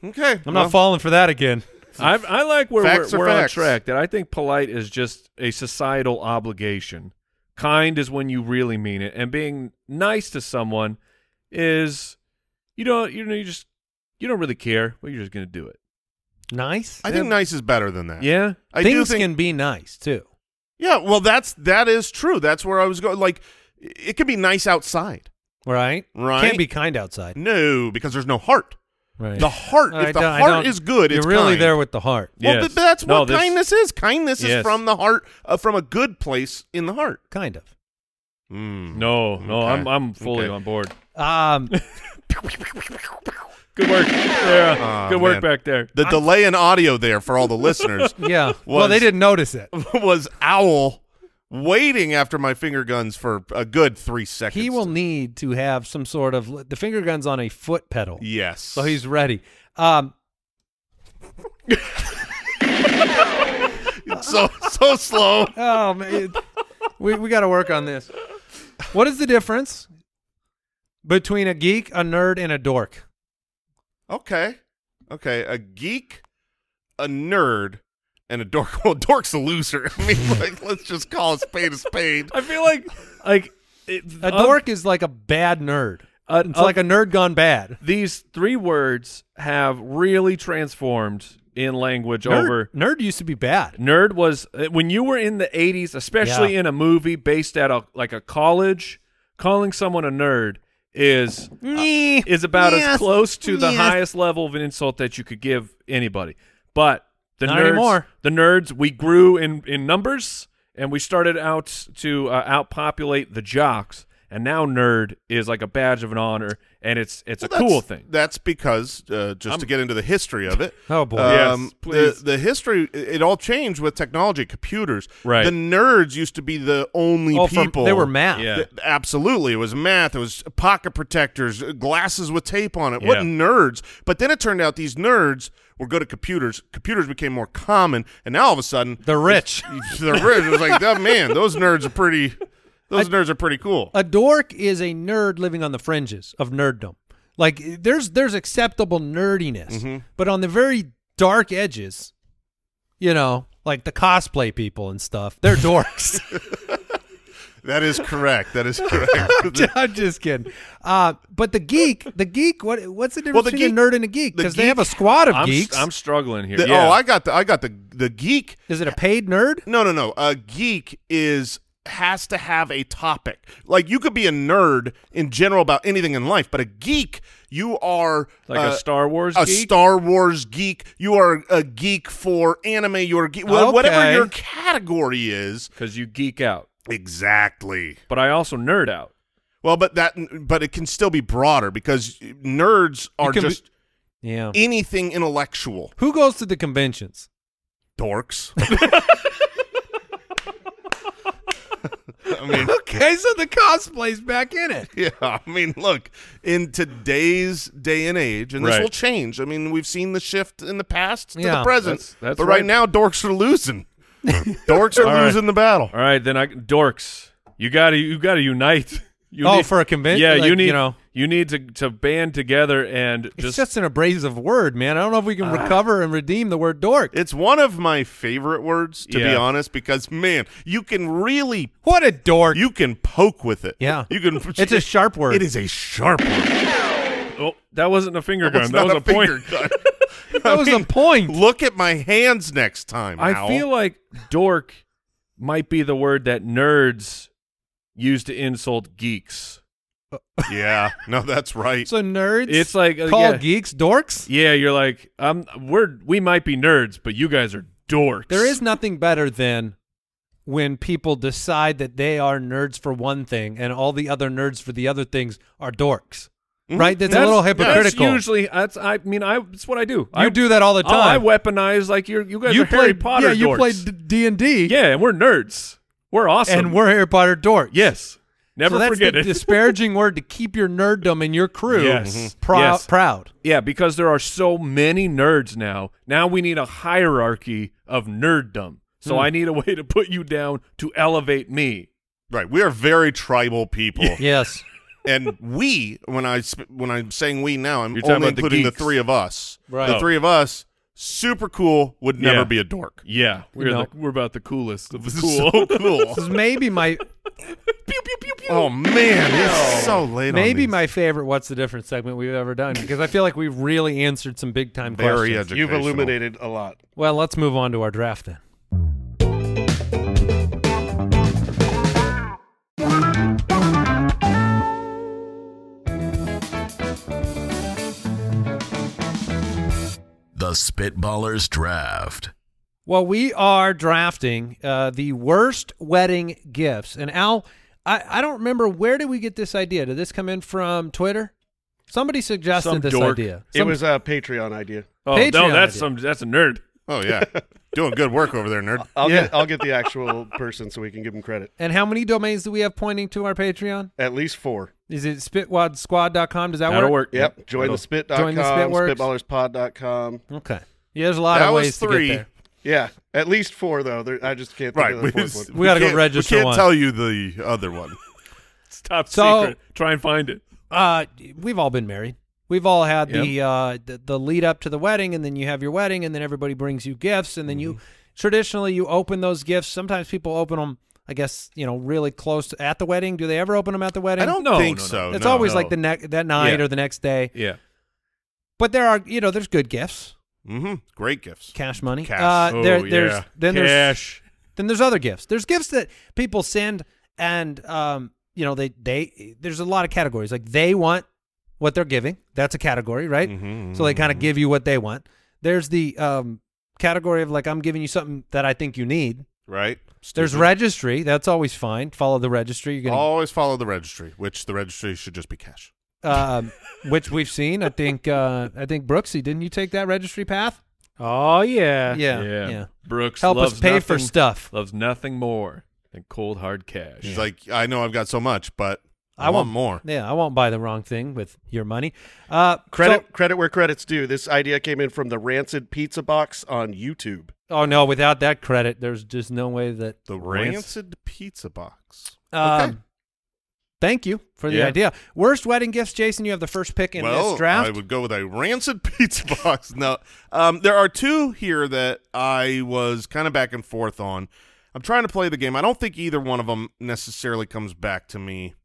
S4: Okay,
S2: I'm
S4: well,
S2: not falling for that again.
S3: I, I like where
S4: Facts
S3: we're,
S4: are
S3: we're on
S4: facts.
S3: track. That I think polite is just a societal obligation. Kind is when you really mean it, and being nice to someone is you don't you know you just you don't really care, but you're just gonna do it.
S2: Nice.
S4: I think nice is better than that.
S3: Yeah,
S4: I do
S2: Things
S4: think.
S2: can be nice too.
S4: yeah, well, that's that is true. That's where I was going. Like, it could be nice outside.
S2: Right?
S4: Right.
S2: Can't be kind outside.
S4: No, because there's no heart.
S2: Right.
S4: The heart.
S2: I
S4: if the
S2: don't- I
S4: heart
S2: don't-
S4: is good,
S2: You're
S4: it's
S2: really
S4: kind.
S2: there with the heart.
S4: Well,
S3: Yes.
S4: th- that's
S3: No,
S4: what
S3: this-
S4: kindness is. Kindness
S3: Yes.
S4: is from the heart, uh, from a good place in the heart.
S2: Kind of.
S4: Mm.
S3: Hmm. No, no,
S4: Okay.
S3: I'm I'm fully
S4: Okay.
S3: on board.
S2: Um
S3: Good work, Sarah.
S4: Aw,
S3: Good work
S4: man.
S3: back there.
S4: The delay in audio there for all the listeners
S2: yeah. well, they
S4: Was-
S2: didn't notice it.
S4: was owl waiting after my finger guns for a good three seconds.
S2: He will need to have some sort of the finger guns on a foot pedal.
S4: Yes.
S2: So he's ready. Um
S4: so so slow.
S2: Oh man, we we got to work on this. What is the difference between a geek, a nerd, and a dork?
S4: Okay. Okay. A geek, a nerd, and a dork. Well, dork's a loser. I mean, like, let's just call a spade a spade.
S3: I feel like like it,
S2: A
S3: of-
S2: dork is like a bad nerd.
S3: uh,
S2: It's
S3: of-
S2: like a nerd gone bad.
S3: these three words have really transformed in language
S2: Nerd,
S3: over
S2: nerd used to be bad.
S3: nerd was uh, when you were in the 80s especially
S2: Yeah.
S3: in a movie based at a like a college calling someone a nerd is Uh,
S4: Mm.
S3: is about as close to the highest level of an insult that you could give anybody but the
S2: Not
S3: nerds
S2: anymore.
S3: the nerds we grew in in numbers and we started out to uh, outpopulate the jocks and now nerd is like a badge of an honor and it's it's a
S4: Well,
S3: cool
S4: that's-
S3: thing
S4: That's because uh, just to get into the history of it.
S2: Oh, boy.
S3: Yes, please.
S4: Um, the, the history it all changed with technology, computers.
S3: Right.
S4: The nerds used to be the only
S2: Oh, for-
S4: people.
S2: they were math.
S3: Yeah.
S4: Th- absolutely. It was math. It was pocket protectors, uh, glasses with tape on it.
S3: Yeah.
S4: What nerds? But then it turned out these nerds were good at computers. Computers became more common, and now all of a sudden
S2: The rich.
S4: they're rich. It was like, oh, man, those nerds are pretty. Those nerds are pretty cool.
S2: A dork is a nerd living on the fringes of nerddom. Like there's there's acceptable nerdiness, but on the very dark edges, you know, like the cosplay people and stuff, they're dorks.
S4: That is correct. That is correct.
S2: I'm just kidding. Uh, but the geek, the geek, what what's the difference
S4: Well, the
S2: between
S4: geek-
S2: a nerd and a geek?
S4: the
S2: Because they
S4: geek-
S2: have a squad of
S3: I'm,
S2: geeks.
S3: I'm struggling here.
S4: The-
S3: yeah.
S4: Oh, I got the I got the the geek.
S2: Is it a paid nerd?
S4: No, no, no. A geek is has to have a topic. Like you could be a nerd in general about anything in life, but a geek, you are
S3: like
S4: uh,
S3: a Star Wars
S4: a
S3: geek.
S4: Star Wars geek. You are a geek for anime. You're a geek. Well,
S2: Okay.
S4: whatever your category is.
S3: because you geek out,
S4: Exactly.
S3: but I also nerd out.
S4: Well, but that but it can still be broader because nerds are
S2: can be-
S4: just
S2: Yeah.
S4: anything intellectual.
S2: Who goes to the conventions?
S4: Dorks. I mean,
S2: Okay, so the cosplay's back in it.
S4: Yeah, I mean, look, in today's day and age, and this
S3: Right.
S4: will change. I mean, we've seen the shift in the past to
S2: Yeah.
S4: the present,
S3: That's- that's
S4: but right.
S3: right.
S4: now, dorks are losing. dorks are
S3: All right.
S4: losing the battle.
S3: All right, then I dorks. You gotta you gotta unite. You
S2: Oh, for a convention?
S3: Yeah,
S2: Like,
S3: you
S2: you
S3: need
S2: know.
S3: you need to to band together and
S2: it's
S3: just,
S2: just an abrasive word, man. I don't know if we can recover and redeem the word dork.
S4: It's one of my favorite words, to be
S3: Yeah.
S4: honest, because man, you can really
S2: What a dork.
S4: you can poke with it.
S2: Yeah.
S4: you can.
S2: it's a sharp word.
S4: It is a sharp word.
S3: oh, that wasn't a finger gun.
S4: It's
S3: That
S4: not
S3: was a, point.
S4: finger gun.
S2: That was the point.
S4: Look at my hands next time.
S3: I
S4: Al.
S3: feel like dork might be the word that nerds use to insult geeks.
S4: yeah. No, that's right.
S2: So nerds.
S3: It's like, uh,
S2: call
S3: yeah.
S2: geeks dorks.
S3: Yeah, you're like, I'm we're we might be nerds, but you guys are dorks.
S2: There is nothing better than when people decide that they are nerds for one thing and all the other nerds for the other things are dorks. Right? That's, a little hypocritical.
S3: Mm-hmm. That's usually that's I mean I that's what I do. I
S2: you do that all the
S3: Oh, I
S2: time.
S3: weaponize like you're you guys
S2: you
S3: are Harry
S2: played-
S3: Potter
S2: Yeah, you
S3: dorks.
S2: played D and D.
S3: yeah, and we're nerds. We're awesome.
S2: and we're Harry Potter dorks.
S3: yes. Never
S2: so that's
S3: forget
S2: the
S3: it.
S2: disparaging word to keep your nerddom and your crew
S3: Yes. Mhm.
S2: prou-
S3: Yes.
S2: proud.
S3: yeah, because there are so many nerds now. Now we need a hierarchy of nerddom. So I need a way to put you down to elevate me.
S4: Right. We are very tribal people.
S2: Yes.
S4: and we when I sp- when I'm saying we now, I'm
S3: You're talking
S4: only
S3: about the
S4: including the,
S3: geeks.
S4: three of us.
S2: Right.
S4: The three of us, super cool, would never
S3: Yeah.
S4: be a dork.
S3: Yeah, we're
S2: know.
S3: the, we're about the coolest of the
S4: This
S3: cool.
S4: is so cool.
S2: This is maybe my
S4: oh man, it's so late. on
S2: maybe
S4: these.
S2: my favorite what's the difference segment we've ever done because I feel like we've really answered some big time
S4: very
S2: questions.
S4: educational.
S5: You've illuminated a lot.
S2: Well, let's move on to our draft then.
S1: The Spitballers Draft.
S2: Well, we are drafting uh, the worst wedding gifts. And Al, I, I don't remember where did we get this idea? Did this come in from Twitter? Somebody suggested
S3: Some
S2: this
S3: dork.
S2: idea.
S5: It was a Patreon idea.
S3: Oh
S2: Patreon
S3: no, that's
S2: idea.
S3: some that's a nerd.
S4: Oh yeah, doing good work over there, nerd.
S5: I'll get I'll get the actual person so we can give him credit.
S2: And how many domains do we have pointing to our Patreon?
S5: At least four.
S2: Is it spitwadsquad.com? Does that
S3: That'll
S2: work?
S3: work.
S5: Yep. Join the spit.com,
S2: Join the Spit works.
S5: spitballerspod.com.
S2: Okay. Yeah, there's a lot
S4: That
S2: of
S4: was
S2: ways
S4: three.
S2: to get there.
S5: Yeah. At least four though. There, I just can't think
S4: Right.
S5: of
S4: We,
S5: the fourth one.
S2: We gotta go
S4: can't-
S2: register
S4: We can't
S2: one.
S4: tell you the other one.
S3: It's top
S2: So-
S3: secret. Try and find it.
S2: Uh, we've all been married. We've all had
S3: Yep.
S2: the, uh, the the lead up to the wedding, and then you have your wedding, and then everybody brings you gifts, and then you traditionally you open those gifts. Sometimes people open them, I guess you know, really close to, at the wedding. Do they ever open them at the wedding?
S4: I don't
S3: No,
S4: think
S3: no, no.
S4: so.
S2: It's
S4: no.
S2: always
S3: no.
S2: like the next that night
S3: Yeah.
S2: or the next day.
S3: Yeah.
S2: But there are you know, there's good gifts,
S4: Mhm. Great gifts.
S2: cash money.
S4: Cash.
S2: Uh, there,
S3: oh,
S2: there's
S3: yeah.
S2: then there's
S3: cash.
S2: then there's other gifts. There's gifts that people send, and um, you know, they they there's a lot of categories. Like they want what they're giving. That's a category, right?
S3: Mm-hmm,
S2: So they kind of give you what they want. There's the um category of like I'm giving you something that I think you need.
S4: Right.
S2: There's
S4: Stupid.
S2: registry. That's always fine. Follow the registry. You're gonna,
S4: Always follow the registry, which the registry should just be cash.
S2: um, which we've seen. I think uh, I think Brooksy, didn't you take that registry path? Oh yeah, yeah, yeah.
S3: Brooks
S2: Help
S3: loves
S2: us pay for
S3: nothing-
S2: stuff.
S3: Loves nothing more than cold hard cash.
S4: She's like, I know I've got so much, but I, want, more.
S2: Yeah, I won't buy the wrong thing with your money. Uh,
S5: Credit
S2: so-
S5: credit where credit's due. This idea came in from the Rancid Pizza Box on YouTube.
S2: Oh no! Without that credit, there's just no way that.
S4: The
S3: Rants?
S4: rancid pizza box.
S2: Um, Thank you for the
S3: Yeah.
S2: idea. Worst wedding gifts, Jason. You have the first pick in
S4: well,
S2: this draft.
S4: I would go with a rancid pizza box. No, um, there are two here that I was kind of back and forth on. I'm trying to play the game. I don't think either one of them necessarily comes back to me.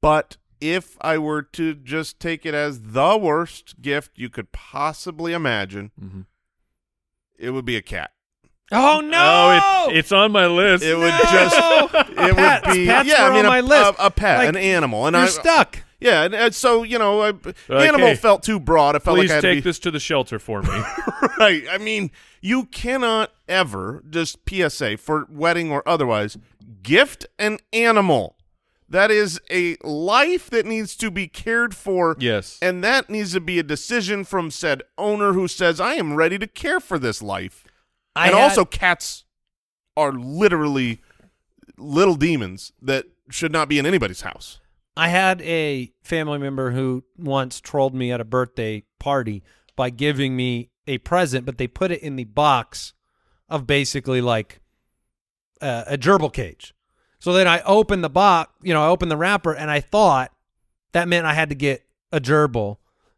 S4: But if I were to just take it as the worst gift you could possibly imagine,
S3: Mhm.
S4: it would be a cat.
S2: oh no!
S3: Oh, it, it's on my list.
S4: It would just. It
S2: Pets-
S4: would be.
S2: pets
S4: yeah,
S2: were
S4: I
S2: on
S4: mean, a,
S2: my list.
S4: A, a pet,
S2: Like,
S4: an animal, and
S2: You're
S4: I.
S2: stuck.
S4: Yeah, and, and so you know, I, animal
S3: hey,
S4: felt too broad. I felt
S3: Please
S4: like I had to
S3: take
S4: be,
S3: this to the shelter for me.
S4: right. I mean, you cannot ever just PSA for wedding or otherwise gift an animal. That is a life that needs to be cared for.
S3: yes.
S4: And that needs to be a decision from said owner who says, I am ready to care for this life.
S2: I
S4: and
S2: had-
S4: also, cats are literally little demons that should not be in anybody's house.
S2: I had a family member who once trolled me at a birthday party by giving me a present, but they put it in the box of basically like uh, a gerbil cage. So then I opened the box, you know, I opened the wrapper, and I thought that meant I had to get a gerbil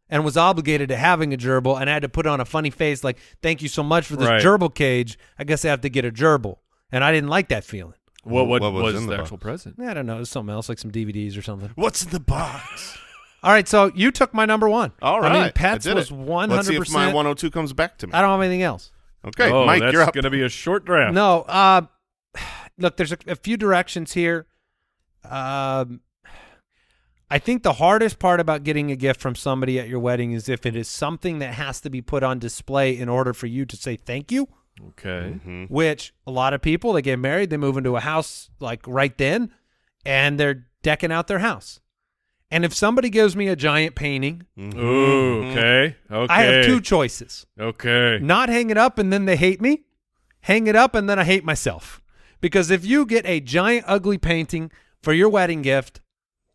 S2: and was obligated to having a gerbil, and I had to put on a funny face like, "Thank you so much for this
S3: Right.
S2: gerbil cage. I guess I have to get a gerbil," and I didn't like that feeling.
S3: What, what,
S4: What was
S3: was,
S4: in the
S3: the
S4: box?
S3: actual present?
S2: I don't know, it was something else like some DVDs or something.
S4: What's in the box?
S2: All right, so you took my number one.
S4: All right.
S2: I mean, Pets
S4: did
S2: was
S4: it.
S2: one
S4: Let's see
S2: hundred
S4: if my
S2: percent.
S4: 102 comes back to me.
S2: I don't have anything else.
S4: Okay,
S3: oh,
S4: Mike,
S3: that's
S4: you're up.
S3: going to be a short draft.
S2: No. Uh, look, there's a, a few directions here. Um, I think the hardest part about getting a gift from somebody at your wedding is if it is something that has to be put on display in order for you to say thank you,
S3: Okay.
S4: Mm-hmm.
S2: which a lot of people they get married, they move into a house like right then and they're decking out their house. And if somebody gives me a giant painting,
S4: Mm-hmm.
S3: Ooh, okay. Okay.
S2: I have two choices.
S3: Okay.
S2: Not hang it up and then they hate me. Hang it up and then I hate myself. Because if you get a giant ugly painting for your wedding gift,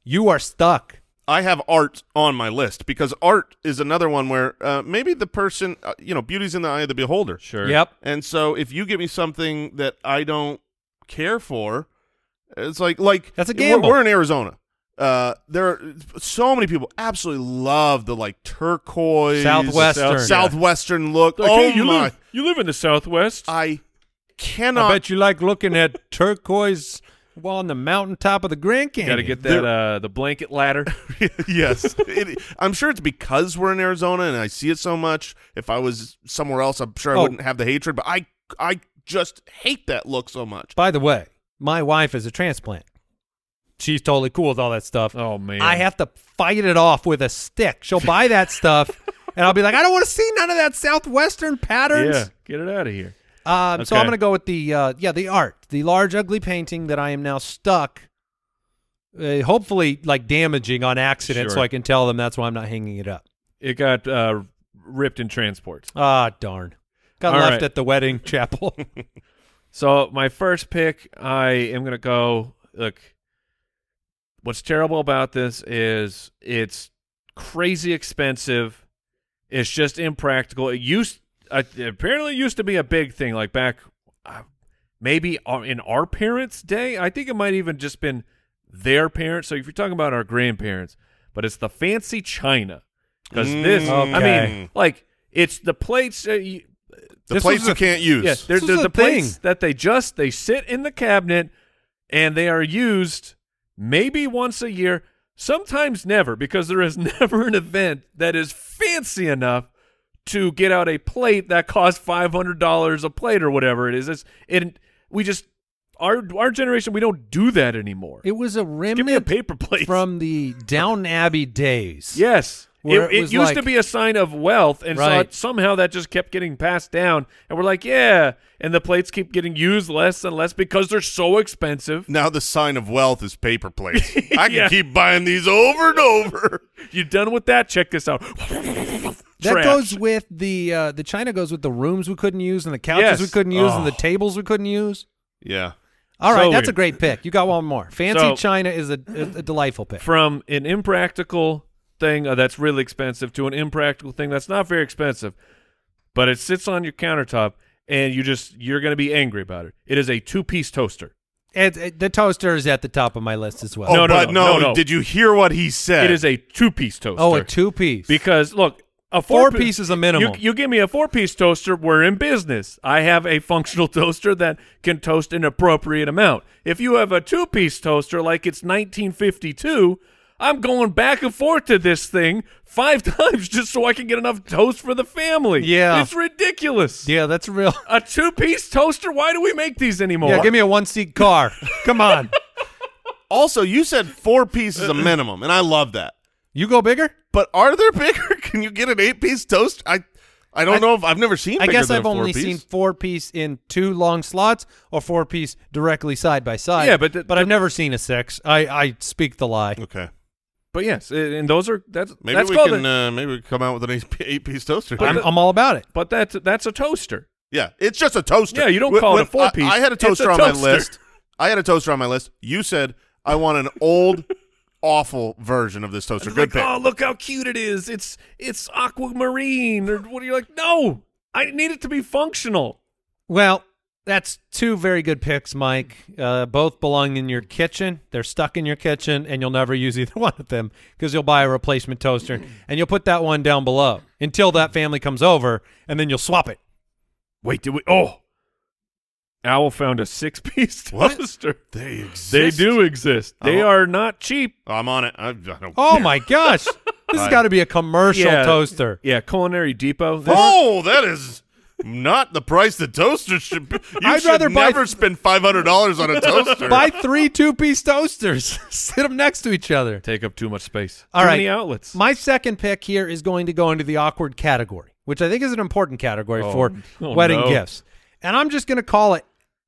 S2: you are stuck.
S4: I have art on my list because art is another one where uh, maybe the person, uh, you know, beauty's in the eye of the beholder.
S3: Sure.
S2: Yep.
S4: And so if you give me something that I don't care for, it's like like
S2: That's a
S4: we're-
S2: gamble.
S4: We're, in Arizona. Uh, there are so many people absolutely love the like turquoise
S2: Southwestern.
S4: southwestern look.
S3: Like,
S4: oh
S3: hey, you
S4: my!
S3: live you live in the Southwest.
S4: I
S2: I
S4: cannot.
S2: bet you like looking at turquoise while on the mountaintop of the Grand Canyon.
S3: Got to get that uh the blanket ladder.
S4: yes, It- I'm sure it's because we're in Arizona and I see it so much. If I was somewhere else, I'm sure I
S2: Oh.
S4: wouldn't have the hatred. But I I just hate that look so much.
S2: By the way, my wife is a transplant. She's totally cool with all that stuff.
S3: Oh man.
S2: I have to fight it off with a stick. She'll buy that stuff, and I'll be like, I don't want to see none of that Southwestern patterns.
S3: Yeah. Get it out of here.
S2: Um, So I'm
S3: Okay.
S2: going to go with the uh, yeah the art, the large ugly painting that I am now stuck. Uh, hopefully, like damaging on accident, so
S3: Sure.
S2: I can tell them that's why I'm not hanging it up.
S3: It got uh ripped in transport.
S2: Ah, darn! Got
S3: All
S2: left
S3: right.
S2: at the wedding chapel.
S3: So my first pick, I am gonna go. Look, what's terrible about this is it's crazy expensive. It's just impractical. It used uh, apparently it used to be a big thing, like back uh, maybe uh, in our parents' day. I think it might even just been their parents. So if you're talking about our grandparents, but it's the fancy china because this.
S4: Mm,
S3: I mean,
S2: Okay.
S3: like it's the plates. Uh, you,
S4: The
S2: This
S4: plates
S2: was
S4: you
S2: a-
S4: can't use.
S3: Yes, they're,
S2: This
S3: they're
S2: is
S3: the
S2: the thing.
S3: plates that they just they sit in the cabinet and they are used maybe once a year, sometimes never because there is never an event that is fancy enough to get out a plate that costs five hundred dollars a plate or whatever it is. It's it we just our our generation we don't do that anymore.
S2: It was a remnant
S3: Give me a paper plate
S2: from the Downton Abbey days.
S3: Yes. It,
S2: Where
S3: it,
S2: it was
S3: used to
S2: like-
S3: be a sign of wealth, and so
S2: Right.
S3: somehow that just kept getting passed down. And we're like, yeah. And the plates keep getting used less and less because they're so expensive.
S4: Now the sign of wealth is paper plates. I can
S3: Yeah.
S4: keep buying these over and over.
S3: You done with that? Check this out.
S2: That
S3: Trash.
S2: goes with the uh, the China goes with the rooms we couldn't use and the couches
S3: Yes.
S2: we couldn't use
S4: Oh.
S2: and the tables we couldn't use.
S4: Yeah.
S2: All right,
S3: So
S2: that's a
S3: weird.
S2: great pick. You got one more. Fancy
S3: So-
S2: China is a, a, a delightful pick.
S3: from an impractical thing uh, that's really expensive to an impractical thing that's not very expensive, but it sits on your countertop, and you just you're going to be angry about it. It is a two piece toaster.
S2: And, uh, the toaster is at the top of my list as well.
S4: Oh,
S3: No, no,
S4: but
S3: no,
S4: no,
S3: no, no.
S4: Did you hear what he said?
S3: It is a two piece toaster.
S2: oh, a two piece.
S3: Because look, a
S2: Four
S3: pi-
S2: piece is a minimum.
S3: You, you give me a four piece toaster, we're in business. I have a functional toaster that can toast an appropriate amount. If you have a two piece toaster like it's 1952, I'm going back and forth to this thing five times just so I can get enough toast for the family.
S2: Yeah.
S3: it's ridiculous.
S2: yeah, that's real.
S3: A two piece toaster? Why do we make these anymore?
S2: Yeah, give me a one seat car. Come on,
S4: also, you said four pieces a minimum, and I love that.
S2: you go bigger.
S4: But are there bigger? Can you get an eight-piece toast? I, I don't
S2: I-
S4: know if I've never seen.
S2: I
S4: bigger
S2: guess
S4: than
S2: I've
S4: a
S2: only
S4: four-piece.
S2: seen four piece in two long slots or four piece directly side by side.
S3: Yeah, but the-
S2: but
S3: the-
S2: I've never seen a six. I I speak the lie.
S4: Okay,
S3: But yes, a- and those are that's
S4: maybe
S3: that's
S4: we
S3: called.
S4: can
S3: a,
S4: uh, maybe we can come out with an eight- eight-piece toaster.
S2: I'm,
S4: here.
S2: I'm all about it.
S3: but that's that's a toaster.
S4: yeah, it's just a toaster.
S3: Yeah, you don't
S4: Wh-
S3: call it
S4: when
S3: a four-piece.
S4: I, I had a
S3: It's a
S4: toaster on my
S3: toaster.
S4: list. I had a toaster on my list. You said I want an old, awful version of this toaster.
S3: It's
S4: Good
S3: like,
S4: pick.
S3: oh, look how cute it is. It's it's aquamarine or what are you like? No, I need it to be functional.
S2: Well, that's two very good picks, Mike. Uh, both belong in your kitchen. They're stuck in your kitchen, and you'll never use either one of them because you'll buy a replacement toaster and you'll put that one down below until that family comes over, and then you'll swap it.
S3: Wait, did we? Oh, Owl found a six-piece
S4: What?
S3: toaster.
S4: They exist.
S3: They do exist. They
S4: Oh.
S3: are not cheap.
S4: I'm on it. I, I don't.
S2: Oh my gosh, this has
S4: Right.
S2: got to be a commercial
S3: Yeah.
S2: toaster.
S3: Yeah, Culinary Depot. This-
S4: Oh, that is Not the price the toaster should be. You
S2: I'd
S4: should
S2: rather buy-
S4: never spend five hundred dollars on a toaster.
S2: Buy three two piece toasters, sit them next to each other.
S3: Take up too much space.
S2: All
S3: too
S2: right.
S3: many outlets.
S2: My second pick here is going to go into the awkward category, which I think is an important category
S3: Oh.
S2: for
S3: Oh,
S2: wedding
S3: no.
S2: gifts. And I'm just going to call it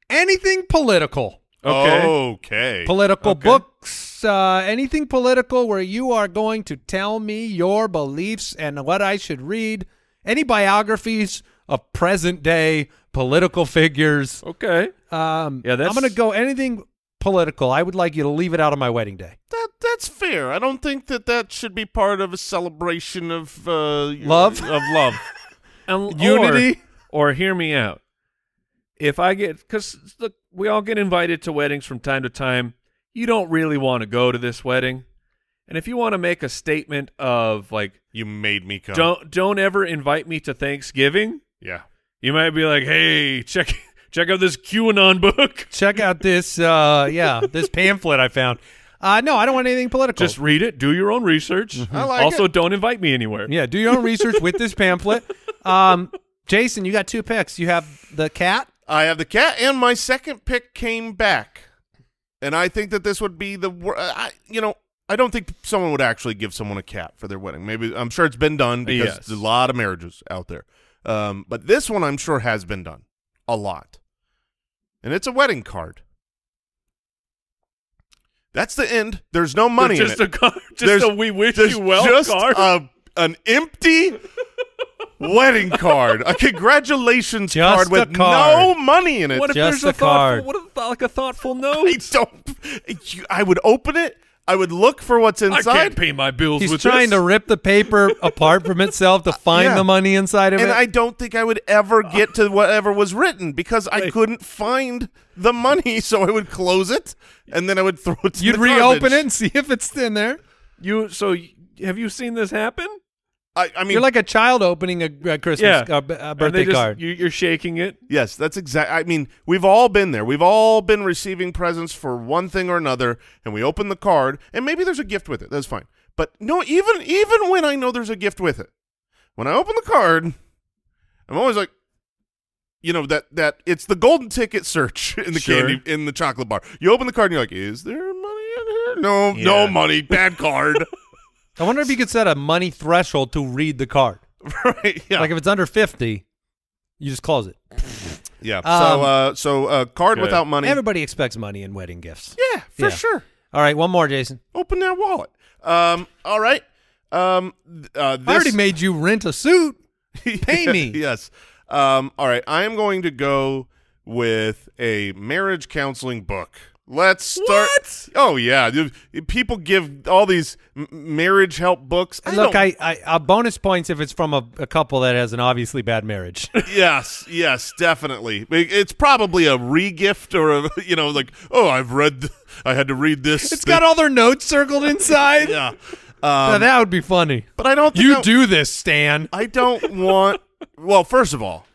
S2: anything political.
S3: okay.
S4: Okay.
S2: Political books, uh, anything political where you are going to tell me your beliefs and what I should read. Any biographies of present day political figures.
S3: Okay.
S2: Um,
S3: Yeah, that's-
S2: I'm going to go anything political. I would like you to leave it out of my wedding day.
S4: That that's fair. I don't think that that should be part of a celebration of uh, your-
S2: Love?
S4: of love.
S3: And,
S2: Unity?
S3: Um, Or, or hear me out. If I get, because look, we all get invited to weddings from time to time. You don't really want to go to this wedding. And if you want to make a statement of like,
S4: you made me come.
S3: don't don't ever invite me to Thanksgiving,
S4: Yeah.
S3: you might be like, hey, check check out this QAnon book.
S2: check out this uh yeah this pamphlet i found uh no i don't want anything political
S3: Just read it. Do your own research.
S4: I like
S3: also,
S4: it.
S3: don't invite me anywhere.
S2: yeah do your own research with this pamphlet um jason you got two picks you have the cat
S4: I have the cat, and my second pick came back, and I think that this would be the. wor- uh, I you know I don't think someone would actually give someone a cat for their wedding. Maybe I'm sure it's been done because
S3: Yes.
S4: there's a lot of marriages out there, um, but this one I'm sure has been done a lot, and it's a wedding card. That's the end. There's no money. in
S3: Just
S4: it.
S3: a card. Just
S4: There's-
S3: a we wish
S4: There's
S3: you well
S4: just
S3: card.
S4: a- an empty wedding card, a congratulations
S2: Just
S4: card
S2: a
S4: with no
S2: card.
S4: money in it.
S3: what if
S2: just
S3: there's
S2: a
S3: a thoughtful,
S2: card.
S3: what if, like a thoughtful note?
S4: I don't. you- I would open it. I would look for what's inside.
S3: I can't pay my bills
S2: he's
S3: with
S2: trying
S3: this.
S2: to rip the paper apart from itself to find
S4: Yeah.
S2: the money inside of
S4: and
S2: it
S4: I don't think I would ever get to whatever was written because I
S3: Uh. Wait.
S4: couldn't find the money, so I would close it and then I would throw it. in
S2: you'd
S4: the
S2: reopen
S4: garbage.
S2: it and see if it's in there
S3: You so y- have you seen this happen?
S4: I, I mean,
S2: you're like a child opening a, a christmas
S3: Yeah.
S2: a b- a
S3: And they
S2: Uh, birthday
S3: just-
S2: card
S3: You, you're shaking it.
S4: Yes, that's exact. I mean, we've all been there. We've all been receiving presents for one thing or another, and we open the card, and maybe there's a gift with it. That's fine. But no, even even when I know there's a gift with it, when I open the card, I'm always like, you know that that it's the golden ticket search in the
S3: Sure.
S4: candy in the chocolate bar. You open the card, and you're like, is there money in here? No, no money. Bad card.
S2: i wonder if you could set a money threshold to read the card
S4: right? Yeah.
S2: like if it's under 50 you just close it
S4: yeah.
S2: um,
S4: so uh, so uh, card
S3: Good.
S4: without money.
S2: everybody expects money in wedding gifts
S4: yeah,
S2: Yeah.
S4: for sure.
S2: all right one more jason
S4: open that wallet. Um, all right. Um, th- uh, this,
S2: I already made you rent a suit. pay me.
S4: yes. Um, all right. I am going to go with a marriage counseling book. Let's start.
S3: What?
S4: Oh yeah, You- you- people give all these m- marriage help books. I
S2: Look,
S4: don't-
S2: I, I uh, bonus points if it's from a, a couple that has an obviously bad marriage.
S4: yes, yes, definitely. I- It's probably a regift or a you know like oh I've read th- I had to read this.
S2: it's got all their notes circled inside.
S4: yeah.
S2: Now,
S4: Um,
S2: that would be funny.
S4: but I don't. Think
S2: You
S4: I-
S2: do this, Stan.
S4: I don't want. Well, first of all,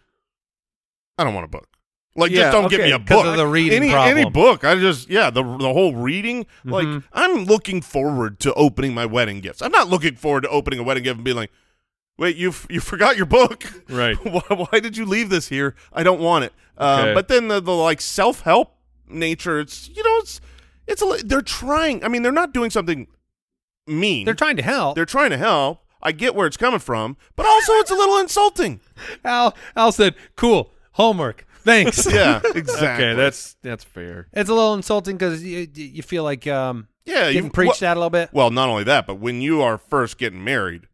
S4: I don't want a book. Like,
S3: Yeah,
S4: just don't give
S3: okay,
S4: me a
S2: 'cause
S4: book.
S2: of the reading
S4: any
S2: problem. Mm-hmm.
S4: any book. I just yeah the the whole reading. Like, I'm looking forward to opening my wedding gifts. I'm not looking forward to opening a wedding gift and being like, wait, you f- you forgot your book.
S3: Right.
S4: why, why did you leave this here? I don't want it. Uh,
S3: Okay.
S4: But then the the like self help nature. It's you know it's it's a, li- they're trying. I mean, they're not doing something mean.
S2: They're trying to help.
S4: They're trying to help. I get where it's coming from, but also it's a little insulting.
S2: Al, Al said, cool, homework. Thanks.
S4: Yeah, exactly.
S3: Okay, that's that's fair.
S2: It's a little insulting because you, you feel like um,
S4: yeah.
S2: getting preached
S4: well,
S2: at a little bit.
S4: Well, not only that, but when you are first getting married,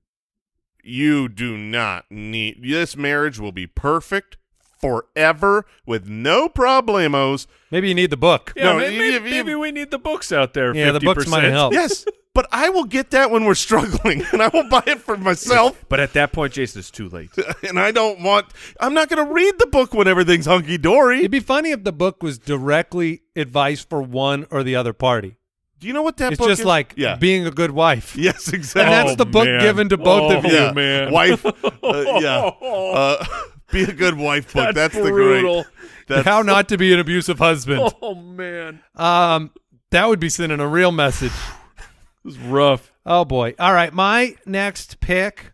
S4: you do not need this marriage will be perfect forever with no problemos.
S2: Maybe you need the book.
S3: Yeah,
S4: No,
S3: may-
S4: you-
S3: may-
S4: you-
S3: maybe, we need the books out there.
S2: Yeah, the books might
S3: 50%.
S2: help.
S4: Yes, but I will get that when we're struggling, and I will buy it for myself.
S3: But at that point, Jason, it's too late.
S4: And I don't want. I'm not going to read the book when everything's hunky dory.
S2: It'd be funny if the book was directly advice for one or the other party.
S4: Do you know what that
S2: It's
S4: book
S2: just
S4: is?
S2: like
S4: yeah.
S2: being a good wife.
S4: Yes, exactly.
S2: And that's
S3: Oh,
S2: the book
S3: man.
S2: given to both of
S3: Oh,
S2: you. Oh,
S4: yeah.
S3: man. Oh,
S4: Wife. uh, yeah. Uh, be a good wife book.
S3: That's
S4: That's, the
S3: brutal.
S4: great. That's,
S2: How not to be an abusive husband.
S3: oh man,
S2: Um, that would be sending a real message.
S3: it's rough.
S2: Oh boy. All right, my next pick.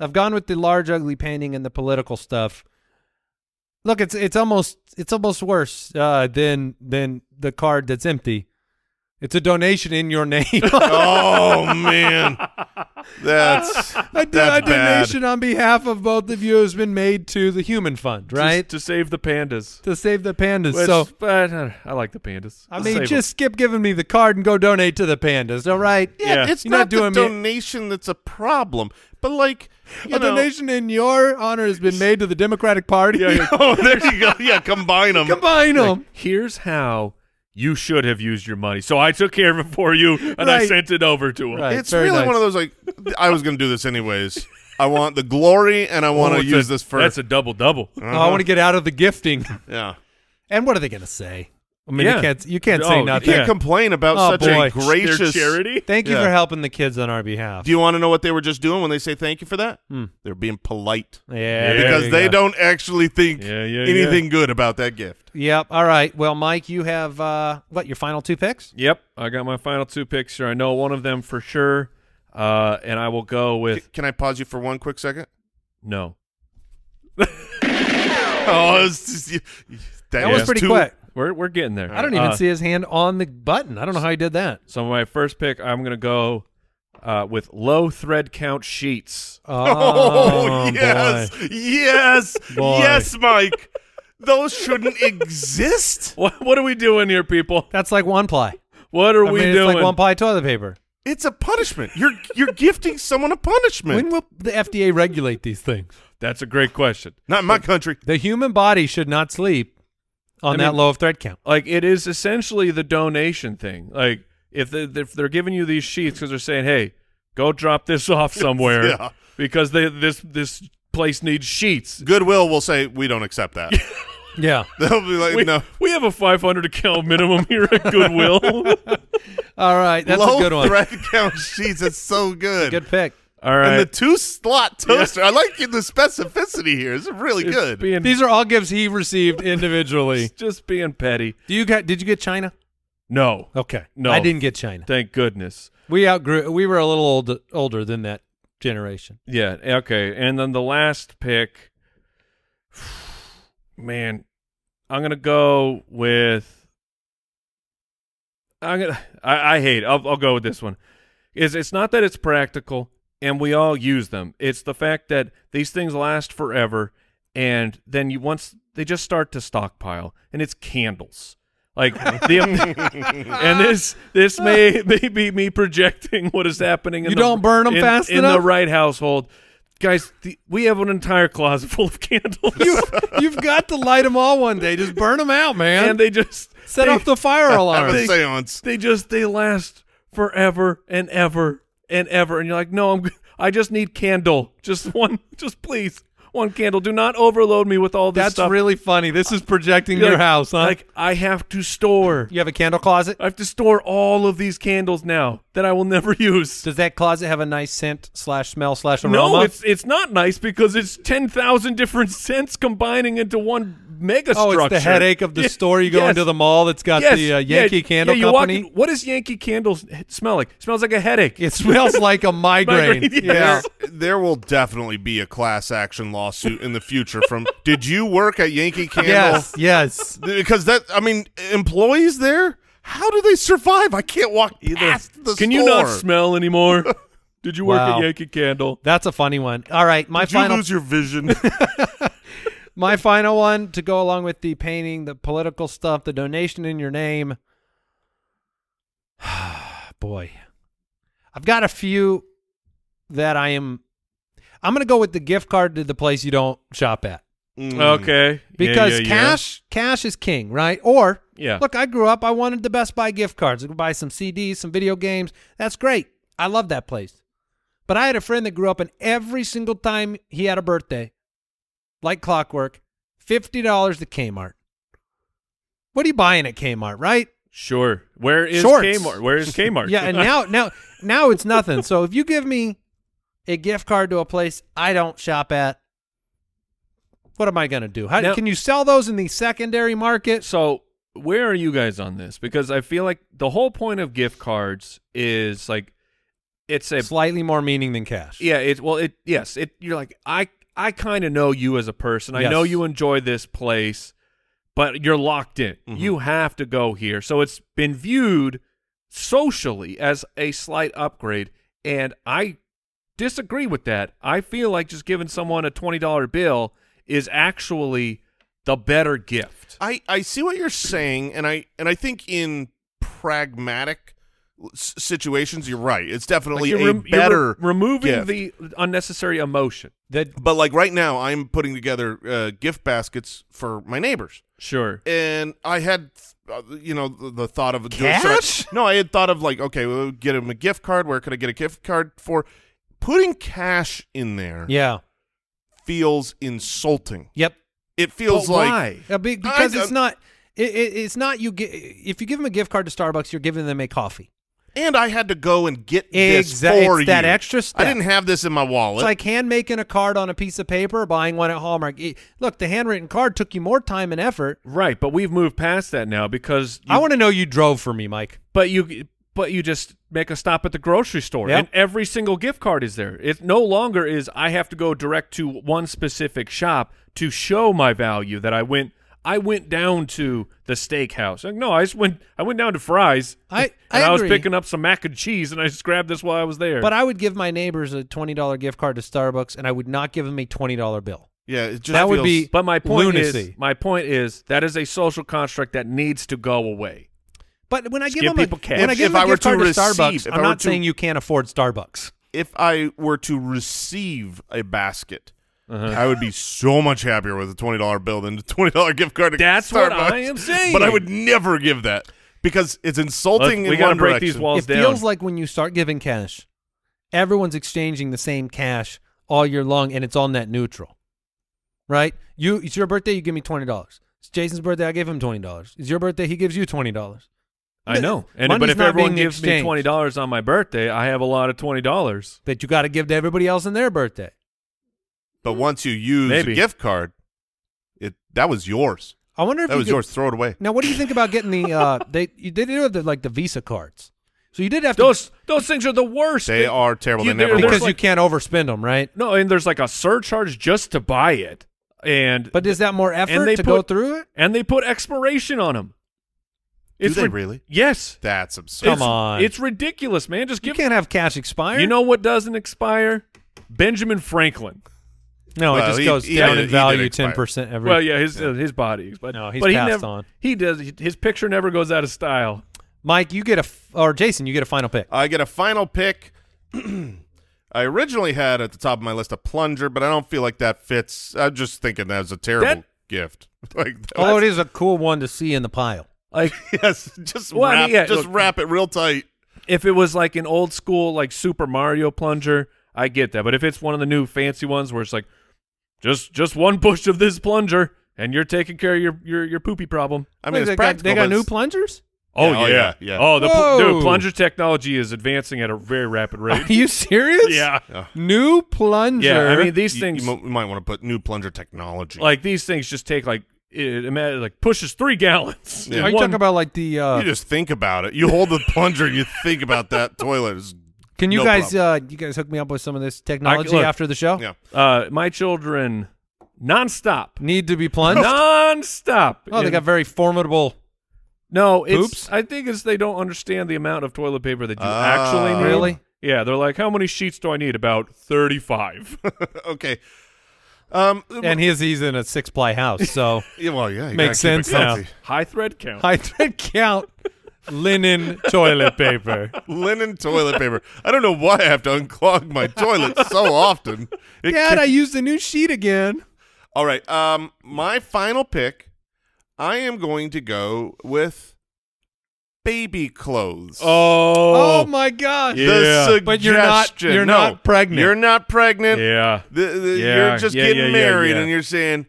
S2: I've gone with the large ugly painting and the political stuff. Look, it's it's almost it's almost worse uh, than than the card that's empty. It's a donation in your name.
S4: Oh man,
S2: a,
S4: that's
S2: do- a
S4: that's bad.
S2: donation on behalf of both of you has been made to the Human Fund, right?
S3: to save the pandas.
S2: to save the pandas.
S3: Which,
S2: so
S3: but uh, I like the pandas.
S2: I
S3: Let's
S2: mean,
S3: save 'em.
S2: just skip giving me the card and go donate to the pandas. All right.
S4: yeah,
S2: You're
S4: it's not, the
S2: doing me.
S4: donation that's a problem, but like you
S2: A
S4: know,
S2: donation in your honor has been made to the Democratic Party.
S4: oh, there you go. Yeah, combine them.
S2: Combine them.
S3: here's how you should have used your money. So I took care of it for you, and I
S2: Right.
S3: sent it over to him.
S2: Right.
S4: It's
S2: very
S4: really
S2: nice.
S4: one of those like I was going to do this anyways. I want the glory, and I want
S3: Oh,
S4: to
S3: it's
S4: use
S3: a-
S4: this for
S3: That's a double double.
S2: Oh, I want to get out of the gifting.
S4: yeah.
S2: and what are they going to say? I mean,
S3: Yeah.
S2: you can't you can't
S3: Oh,
S2: say
S3: you
S4: You
S2: nothing.
S4: can't
S3: Yeah.
S4: complain about
S2: Oh,
S4: such
S2: boy. Their
S4: a
S3: Their
S4: gracious
S3: charity.
S2: Thank you
S4: Yeah.
S2: for helping the kids on our behalf.
S4: Do you want to know what they were just doing when they say thank you for that?
S3: Hmm.
S4: They're being polite
S2: yeah, there
S4: because
S2: you
S4: they
S2: go.
S4: don't actually think
S3: Yeah, yeah,
S4: anything good about that gift.
S2: Yep. All right. Well, Mike, you have uh, what your final two picks?
S3: Yep, I got my final two picks here. I know one of them for sure, uh, and I will go with
S4: Can I pause you for one quick second?
S3: no.
S4: Oh, it's just, that,
S2: That was pretty quick.
S3: We're we're getting there.
S2: I don't even
S3: Uh,
S2: see his hand on the button. I don't know how he did that.
S3: So my first pick, I'm gonna go uh, with low thread count sheets.
S2: Oh,
S4: Oh, yes,
S2: boy.
S4: yes,
S2: Boy.
S4: yes, Mike. Those shouldn't exist.
S3: What what are we doing here, people?
S2: That's like one ply.
S3: What are
S2: I
S3: we
S2: mean,
S3: doing?
S2: it's like one ply toilet paper.
S4: It's a punishment. You're you're gifting someone a punishment.
S2: When will the FDA regulate these things?
S3: That's a great question.
S4: Not in my country.
S2: The human body should not sleep on
S3: I
S2: that
S3: mean-
S2: low of thread count.
S3: Like it is essentially the donation thing. Like if they, if they're giving you these sheets because they're saying, "Hey, go drop this off somewhere,"
S4: Yeah.
S3: because they, this this place needs sheets.
S4: Goodwill will say we don't accept that.
S2: Yeah.
S4: They'll be like,
S3: We,
S4: no.
S3: we have a 500 account minimum here at Goodwill.
S2: All right. That's
S4: Low
S2: a good one.
S4: thread count sheets. It's so good.
S2: Good pick.
S3: All
S4: And
S3: right.
S4: the two slot toaster. I like the specificity here. It's really
S3: It's
S4: good.
S3: being-
S2: These are all gifts he received individually.
S3: it's just being petty.
S2: Do you get? Did you get China?
S3: No.
S2: Okay.
S3: No.
S2: I didn't get China.
S3: Thank goodness.
S2: We outgrew. We were a little old, older than that generation.
S3: Yeah. Okay. And then the last pick, man, I'm gonna go with. I'm gonna. I, I hate. I'll, I'll go with this one. Is it's not that it's practical and we all use them. It's the fact that these things last forever, and then you once they just start to stockpile, and it's candles. Like the, and this this may may be me projecting what is happening. In
S2: You
S3: the-
S2: don't burn 'em
S3: in-
S2: fast
S3: in the
S2: enough?
S3: right household. Guys, the, we have an entire closet full of candles,
S2: You've, you've got to light them all one day. Just burn them out, man.
S3: and they just
S2: Set
S3: they,
S2: off the fire
S4: Have
S2: alarm.
S4: a seance.
S3: they just they last forever and ever and ever. And you're like, no, I'm g- I just need candle, just one, just please one candle. Do not overload me with all this
S2: That's
S3: stuff.
S2: really funny. This is projecting
S3: You're
S2: your
S3: like-
S2: house, huh?
S3: Like I have to store.
S2: you have a candle closet.
S3: I have to store all of these candles now that I will never use.
S2: Does that closet have a nice scent slash smell slash aroma?
S3: No, it's it's not nice because it's ten thousand different scents combining into one mega
S2: oh,
S3: structure.
S2: it's the headache of the
S3: Yeah,
S2: store. You go
S3: yes,
S2: into the mall that's got
S3: yes,
S2: the uh,
S3: yeah,
S2: Yankee Candle
S3: yeah, you walk
S2: Company.
S3: in- what does Yankee Candles h- smell like? It smells like a headache.
S2: it smells like a migraine.
S3: Migraine,
S2: yeah.
S4: There, there will definitely be a class action lawsuit in the future from did you work at Yankee Candle?
S2: Yes. Yes.
S4: Because that I mean, employees there, how do they survive? I can't walk past the
S3: Can you not
S4: store.
S3: smell anymore? Did you work
S2: Wow.
S3: at Yankee Candle?
S2: That's a funny one. All right, my
S4: Did you
S2: final
S4: lose your vision?
S2: my final one to go along with the painting, the political stuff, the donation in your name. Boy, I've got a few that I am. I'm gonna go with the gift card to the place you don't shop at
S4: Mm.
S3: Okay, Yeah,
S2: because
S3: yeah, yeah.
S2: cash cash is king, right? Or
S3: Yeah.
S2: look, I grew up. I wanted the Best Buy gift cards. I could buy some CDs, some video games. That's great. I love that place. But I had a friend that grew up, and every single time he had a birthday, like clockwork, fifty dollars to Kmart. What are you buying at Kmart, right?
S3: Sure. Where is
S2: Shorts.
S3: Kmart? Where is Kmart?
S2: Yeah, and now now now it's nothing. So if you give me a gift card to a place I don't shop at, what am I gonna do? How
S3: Now-
S2: can you sell those in the secondary market?
S3: So, where are you guys on this? Because I feel like the whole point of gift cards is like it's a
S2: Slightly more meaning than cash.
S3: yeah. It's well, it yes. It you're like I I kind of know you as a person. I
S2: Yes.
S3: know you enjoy this place, but you're locked in.
S4: Mm-hmm.
S3: You have to go here. So it's been viewed socially as a slight upgrade, and I disagree with that. I feel like just giving someone a twenty dollar bill is actually the better gift.
S4: I I see what you're saying, and I and I think in pragmatic s- situations, you're right. It's
S3: Like,
S4: definitely
S3: you're
S4: a
S3: rem- you're re-
S4: better
S3: removing
S4: gift.
S3: the unnecessary emotion.
S2: That
S4: But like right now, I'm putting together uh, gift baskets for my neighbors,
S3: Sure.
S4: and I had, uh, you know, the, the thought of doing some- no, I had thought of like, okay, well, get him a gift card. Where could I get a gift card for? Putting cash in there
S2: yeah.
S4: feels insulting.
S2: Yep.
S4: It feels like
S2: Yeah, be- because it's
S4: don't-
S2: not. It, it, it's not you. Get, if you give them a gift card to Starbucks, you're giving them a coffee.
S4: And I had to go and get
S2: Exact-
S4: this for
S2: it's that
S4: you.
S2: extra
S4: I
S2: step.
S4: didn't have this in my wallet.
S2: It's like hand making a card on a piece of paper, buying one at Hallmark. It- look, the handwritten card took you more time and effort.
S3: Right, but we've moved past that now because you,
S2: I want to know you drove for me, Mike.
S3: but you but you just make a stop at the grocery store
S2: Yep.
S3: and every single gift card is there. It no longer is I have to go direct to one specific shop to show my value that I went I went down to the steakhouse. Like, no, I just went I went down to fries.
S2: I- I
S3: and I, was
S2: agree.
S3: picking up some mac and cheese and I just grabbed this while I was there.
S2: But I would give my neighbors a twenty dollar gift card to Starbucks, and I would not give them a twenty dollar bill.
S4: yeah, it just
S2: That would
S4: feels-
S2: be-
S3: But my point is
S2: Lunacy.
S3: my point is that is a social construct that needs to go away.
S2: But when I give,
S3: give
S2: them a,
S3: people cash.
S2: when I
S4: If-
S2: give
S4: if
S2: them
S4: I
S2: a
S4: were
S2: gift
S4: to
S2: card
S4: receive-
S2: to Starbucks,
S4: if I
S2: I'm
S4: were
S2: not
S4: to-
S2: saying you can't afford Starbucks.
S4: if I were to receive a basket,
S3: Uh-huh.
S4: I would be so much happier with a twenty dollar bill than a twenty dollar gift card. To
S3: That's what
S4: Starbucks.
S3: I am saying.
S4: But I would never give that because
S3: Let's-
S4: it's insulting.
S3: we
S4: in
S3: gotta
S4: one
S3: break
S4: direction.
S3: these walls
S2: it
S3: down.
S2: feels like when you start giving cash, everyone's exchanging the same cash all year long, and it's all net neutral, right? You, it's your birthday, you give me twenty dollars. It's Jason's birthday, I give him twenty dollars. It's your birthday, he gives you twenty dollars.
S3: I know. And
S2: Money's
S3: but if
S2: not
S3: everyone
S2: being
S3: gives me
S2: exchanged.
S3: twenty dollars on my birthday, I have a lot of twenty dollars.
S2: That you got to give to everybody else on their birthday.
S4: But once you use
S3: Maybe.
S4: a gift card, it that was yours.
S2: I wonder if
S4: That
S2: you
S4: was
S2: could-
S4: yours. Throw it away.
S2: Now, what do you think about getting the uh, they you, they do have the like the Visa cards, so you did have to
S3: Those those things are the worst.
S4: They are terrible.
S3: You-
S4: they never
S3: there-
S2: because
S4: work.
S3: there's
S2: you
S3: like-
S2: can't overspend them, right?
S3: no, and there's like a surcharge just to buy it, and
S2: But is that more effort
S3: they
S2: to go
S3: put-
S2: through it?
S3: and they put expiration on them.
S4: Do they really?
S3: Yes.
S4: That's absurd.
S2: Come
S3: It's-
S2: on.
S3: it's ridiculous, man. Just
S2: You
S3: give.
S2: can't have cash expire.
S3: You know what doesn't expire? Benjamin Franklin.
S2: no,
S4: Well,
S2: it just
S4: he-
S2: goes
S4: he
S2: down
S4: did-
S2: in
S4: he did
S2: value
S4: expire.
S2: ten percent every.
S3: Well, yeah, his Uh, his body, but
S2: No, he's
S3: but he
S2: passed
S3: never,
S2: on.
S3: He does. His picture never goes out of style.
S2: Mike, you get a f- or Jason, you get a final pick.
S4: I get a final pick. I originally had at the top of my list a plunger, but I don't feel like that fits. I'm just thinking that was a terrible
S3: That-
S4: gift. Like, that
S2: Oh,
S4: was-
S2: it is a cool one to see in the pile.
S3: Like
S4: yes, just
S3: Well, I
S4: wrap,
S3: mean, yeah,
S4: just
S3: look-
S4: wrap it real tight.
S3: if it was like an old school like Super Mario plunger, I get that. But if it's one of the new fancy ones where it's like just just one push of this plunger and you're taking care of your your, your poopy problem.
S4: I mean,
S2: Look,
S4: it's
S2: they got,
S4: practical.
S2: they got
S4: but
S2: new
S4: it's-
S2: plungers.
S4: Yeah, oh, yeah, yeah.
S3: Oh, the pl-
S2: Whoa.
S3: dude, plunger technology is advancing at a very rapid
S2: Are
S3: rate.
S2: you serious?
S3: yeah.
S2: New plunger.
S3: Yeah, I mean these
S4: you-
S3: things
S4: You, mo- you might want to put new plunger technology.
S3: like these things just take like it, ima- like pushes 3 gallons.
S2: are
S4: Yeah.
S2: you
S3: One-
S2: talking about like the? Uh,
S4: you just think about it. You hold the plunger and you think about that toilet. It's-
S2: can you
S4: no
S2: guys?
S4: problem.
S2: Uh, you guys hook me up with some of this technology
S3: look.
S2: after the show.
S4: Yeah.
S3: uh my children nonstop.
S2: Need to be plunged.
S3: Nonstop.
S2: Oh, they
S3: in-
S2: got very formidable.
S3: No, it's.
S2: Oops.
S3: I think it's they don't understand the amount of toilet paper that you
S4: Ah.
S3: actually need.
S2: Really?
S3: Yeah, they're like, how many sheets do I need? About thirty-five.
S4: okay. Um.
S2: And his he's in a six ply house, so
S4: yeah, well, yeah. you
S2: makes
S4: gotta keep it
S2: sense now.
S4: healthy.
S3: High thread count.
S2: I thread count linen toilet paper.
S4: Linen toilet paper. I don't know why I have to unclog my toilet so often. It
S2: Dad, I used a new sheet again.
S4: All right. Um, my final pick. I am going to go with baby clothes.
S2: Oh,
S3: oh,
S2: my gosh.
S4: the
S3: yeah.
S2: But you're not-
S4: suggestion.
S2: you're
S4: No,
S2: not pregnant.
S4: You're not pregnant.
S3: yeah,
S4: The- the-
S3: Yeah,
S4: You're just
S3: yeah,
S4: getting
S3: yeah, yeah,
S4: married,
S3: yeah.
S4: and you're saying,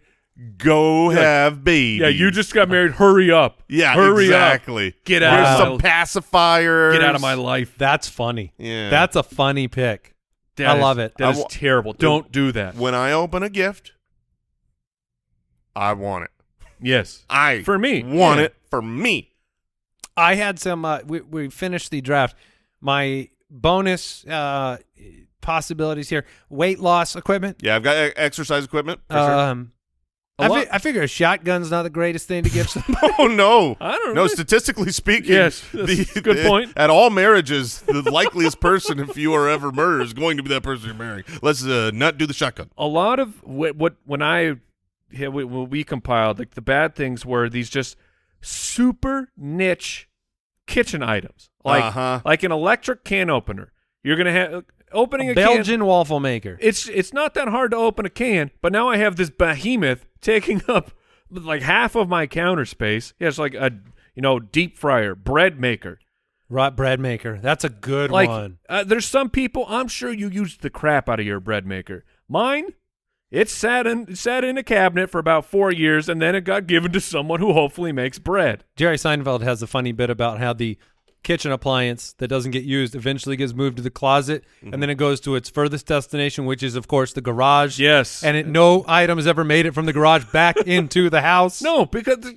S4: "Go have baby."
S3: yeah. You just got married. Hurry up.
S4: yeah,
S3: hurry
S4: exactly.
S3: up. Get
S4: Here's
S3: out.
S4: some pacifiers.
S3: Get out of my life.
S2: That's funny.
S4: Yeah.
S2: That's a funny pick.
S3: That
S2: I
S3: is-
S2: love it.
S3: That
S4: I
S3: is
S4: wa-
S3: terrible. Don't do that.
S4: When I open a gift, I want it.
S3: Yes.
S4: I
S3: For me.
S4: want
S3: Yeah.
S4: it for me.
S2: I had some. Uh, we, we finished the draft. My bonus uh, possibilities here. Weight loss equipment.
S4: Yeah, I've got e- exercise equipment. For
S2: Um, I,
S3: lot-
S2: fi- I figure a shotgun's not the greatest thing to give somebody.
S4: sure. Oh no!
S3: I don't
S4: No,
S3: really-
S4: statistically speaking,
S3: Yes, that's a good point.
S4: At all marriages, the likeliest person, if you are ever murdered, is going to be that person you're marrying. Let's uh, not do the shotgun.
S3: a lot of what, what when I yeah, we, when we compiled like the bad things were these just super niche kitchen items like
S4: Uh-huh.
S3: like an electric can opener. You're gonna have opening a, can-
S2: Belgian waffle maker.
S3: It's it's not that hard to open a can, but now I have this behemoth taking up like half of my counter space. Yeah, it's like a you know deep fryer, bread maker.
S2: Rot bread maker. That's a good
S3: Like
S2: one.
S3: uh, there's some people I'm sure you used the crap out of your bread maker. Mine, it sat in sat in a cabinet for about four years, and then it got given to someone who hopefully makes bread.
S2: Jerry Seinfeld has a funny bit about how the kitchen appliance that doesn't get used eventually gets moved to the closet and then it goes to its furthest destination, which is of course the garage.
S3: Yes.
S2: And it, no item has ever made it from the garage back into the house.
S3: No, because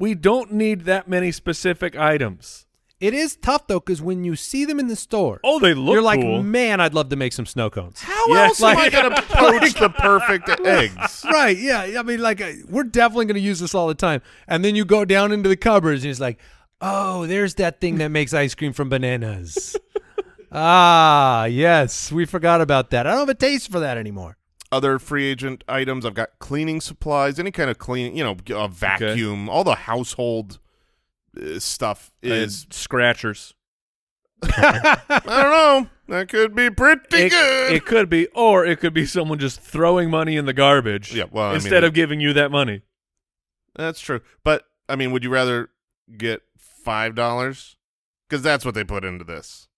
S3: we don't need that many specific items.
S2: It is tough though, because when you see them in the store,
S3: Oh, they look
S2: you're like,
S3: cool.
S2: man, I'd love to make some snow cones.
S4: How
S3: Yeah,
S4: else
S2: Oh
S4: am I
S3: like-
S4: going to poach the perfect eggs?
S2: right. Yeah. I mean, like, uh, we're definitely going to use this all the time. And then you go down into the cupboards and it's like, oh, there's that thing that makes ice cream from bananas. ah, yes. We forgot about that. I don't have a taste for that anymore.
S4: Other free agent items. I've got cleaning supplies, any kind of clean, you know, a vacuum, all the household uh, stuff is.
S3: And scratchers.
S4: I don't know. That could be pretty
S3: it,
S4: good.
S3: it could be, or it could be someone just throwing money in the garbage.
S4: Yeah, well, I mean,
S3: instead of giving you that money,
S4: That's true. But I mean, would you rather get five dollars? Because that's what they put into this.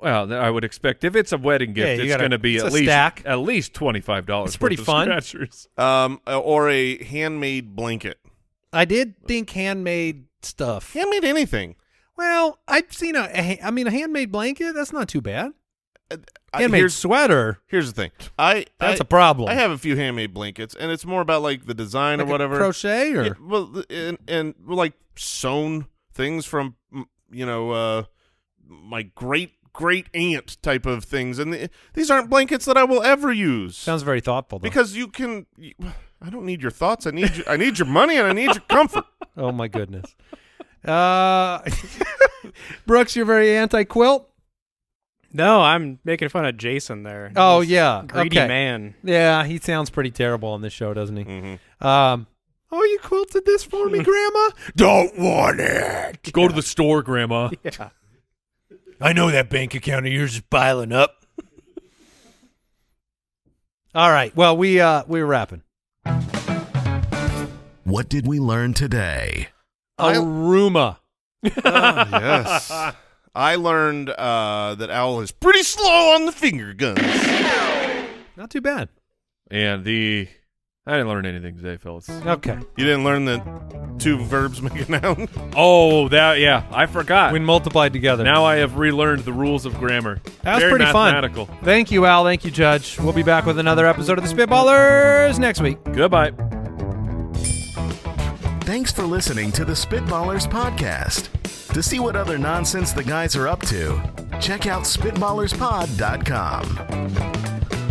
S3: well, th- I would expect if it's a wedding gift,
S2: Yeah, you
S3: it's
S2: gotta-
S3: going to be
S2: it's
S3: at
S2: a
S3: least
S2: stack.
S3: at least twenty five dollars.
S2: It's pretty fun.
S3: Scratchers.
S4: Um, uh, or a handmade blanket.
S2: I did think handmade stuff.
S4: Handmade anything.
S2: Well, I've seen a, a ha- I mean, a handmade blanket. That's not too bad.
S4: I-
S2: Handmade
S4: here's,
S2: sweater.
S4: here's the thing. I
S2: That's
S4: a
S2: a problem.
S4: I have a few handmade blankets, and it's more about like the design
S2: Like
S4: or
S2: a
S4: whatever.
S2: crochet or
S4: Yeah, well, th- and and well, like sewn things from mm, you know uh, my great great aunt type of things, and the, these aren't blankets that I will ever use.
S2: sounds very thoughtful. Though.
S4: because you can you, i don't need your thoughts i need your, i need your money and i need your comfort
S2: oh my goodness. Uh, Brooks, you're very anti quilt.
S7: No, I'm making fun of Jason there.
S2: Oh
S7: He's
S2: yeah,
S7: a greedy
S2: okay.
S7: man.
S2: Yeah, he sounds pretty terrible on this show, doesn't he? Um, oh, you quilted this for me, Grandma. Don't want it.
S3: Go to the store, Grandma.
S2: I know that bank account of yours is piling up. All right. Well, we uh we're wrapping.
S1: What did we learn today?
S2: Aruma.
S4: yes i learned uh, that owl is pretty slow on the finger guns
S2: Not too bad.
S3: And the I didn't learn anything today, fellas.
S2: Okay.
S4: you didn't learn that two verbs make a noun
S3: Oh, that yeah, I forgot.
S2: When multiplied together.
S3: now I have relearned the rules of grammar.
S2: that was
S3: Very
S2: pretty
S3: mathematical.
S2: fun. Thank you, Al. Thank you, Judge. We'll be back with another episode of the Spitballers next week.
S3: Goodbye.
S1: Thanks for listening to the Spitballers Podcast. To see what other nonsense the guys are up to, check out SpitballersPod.com.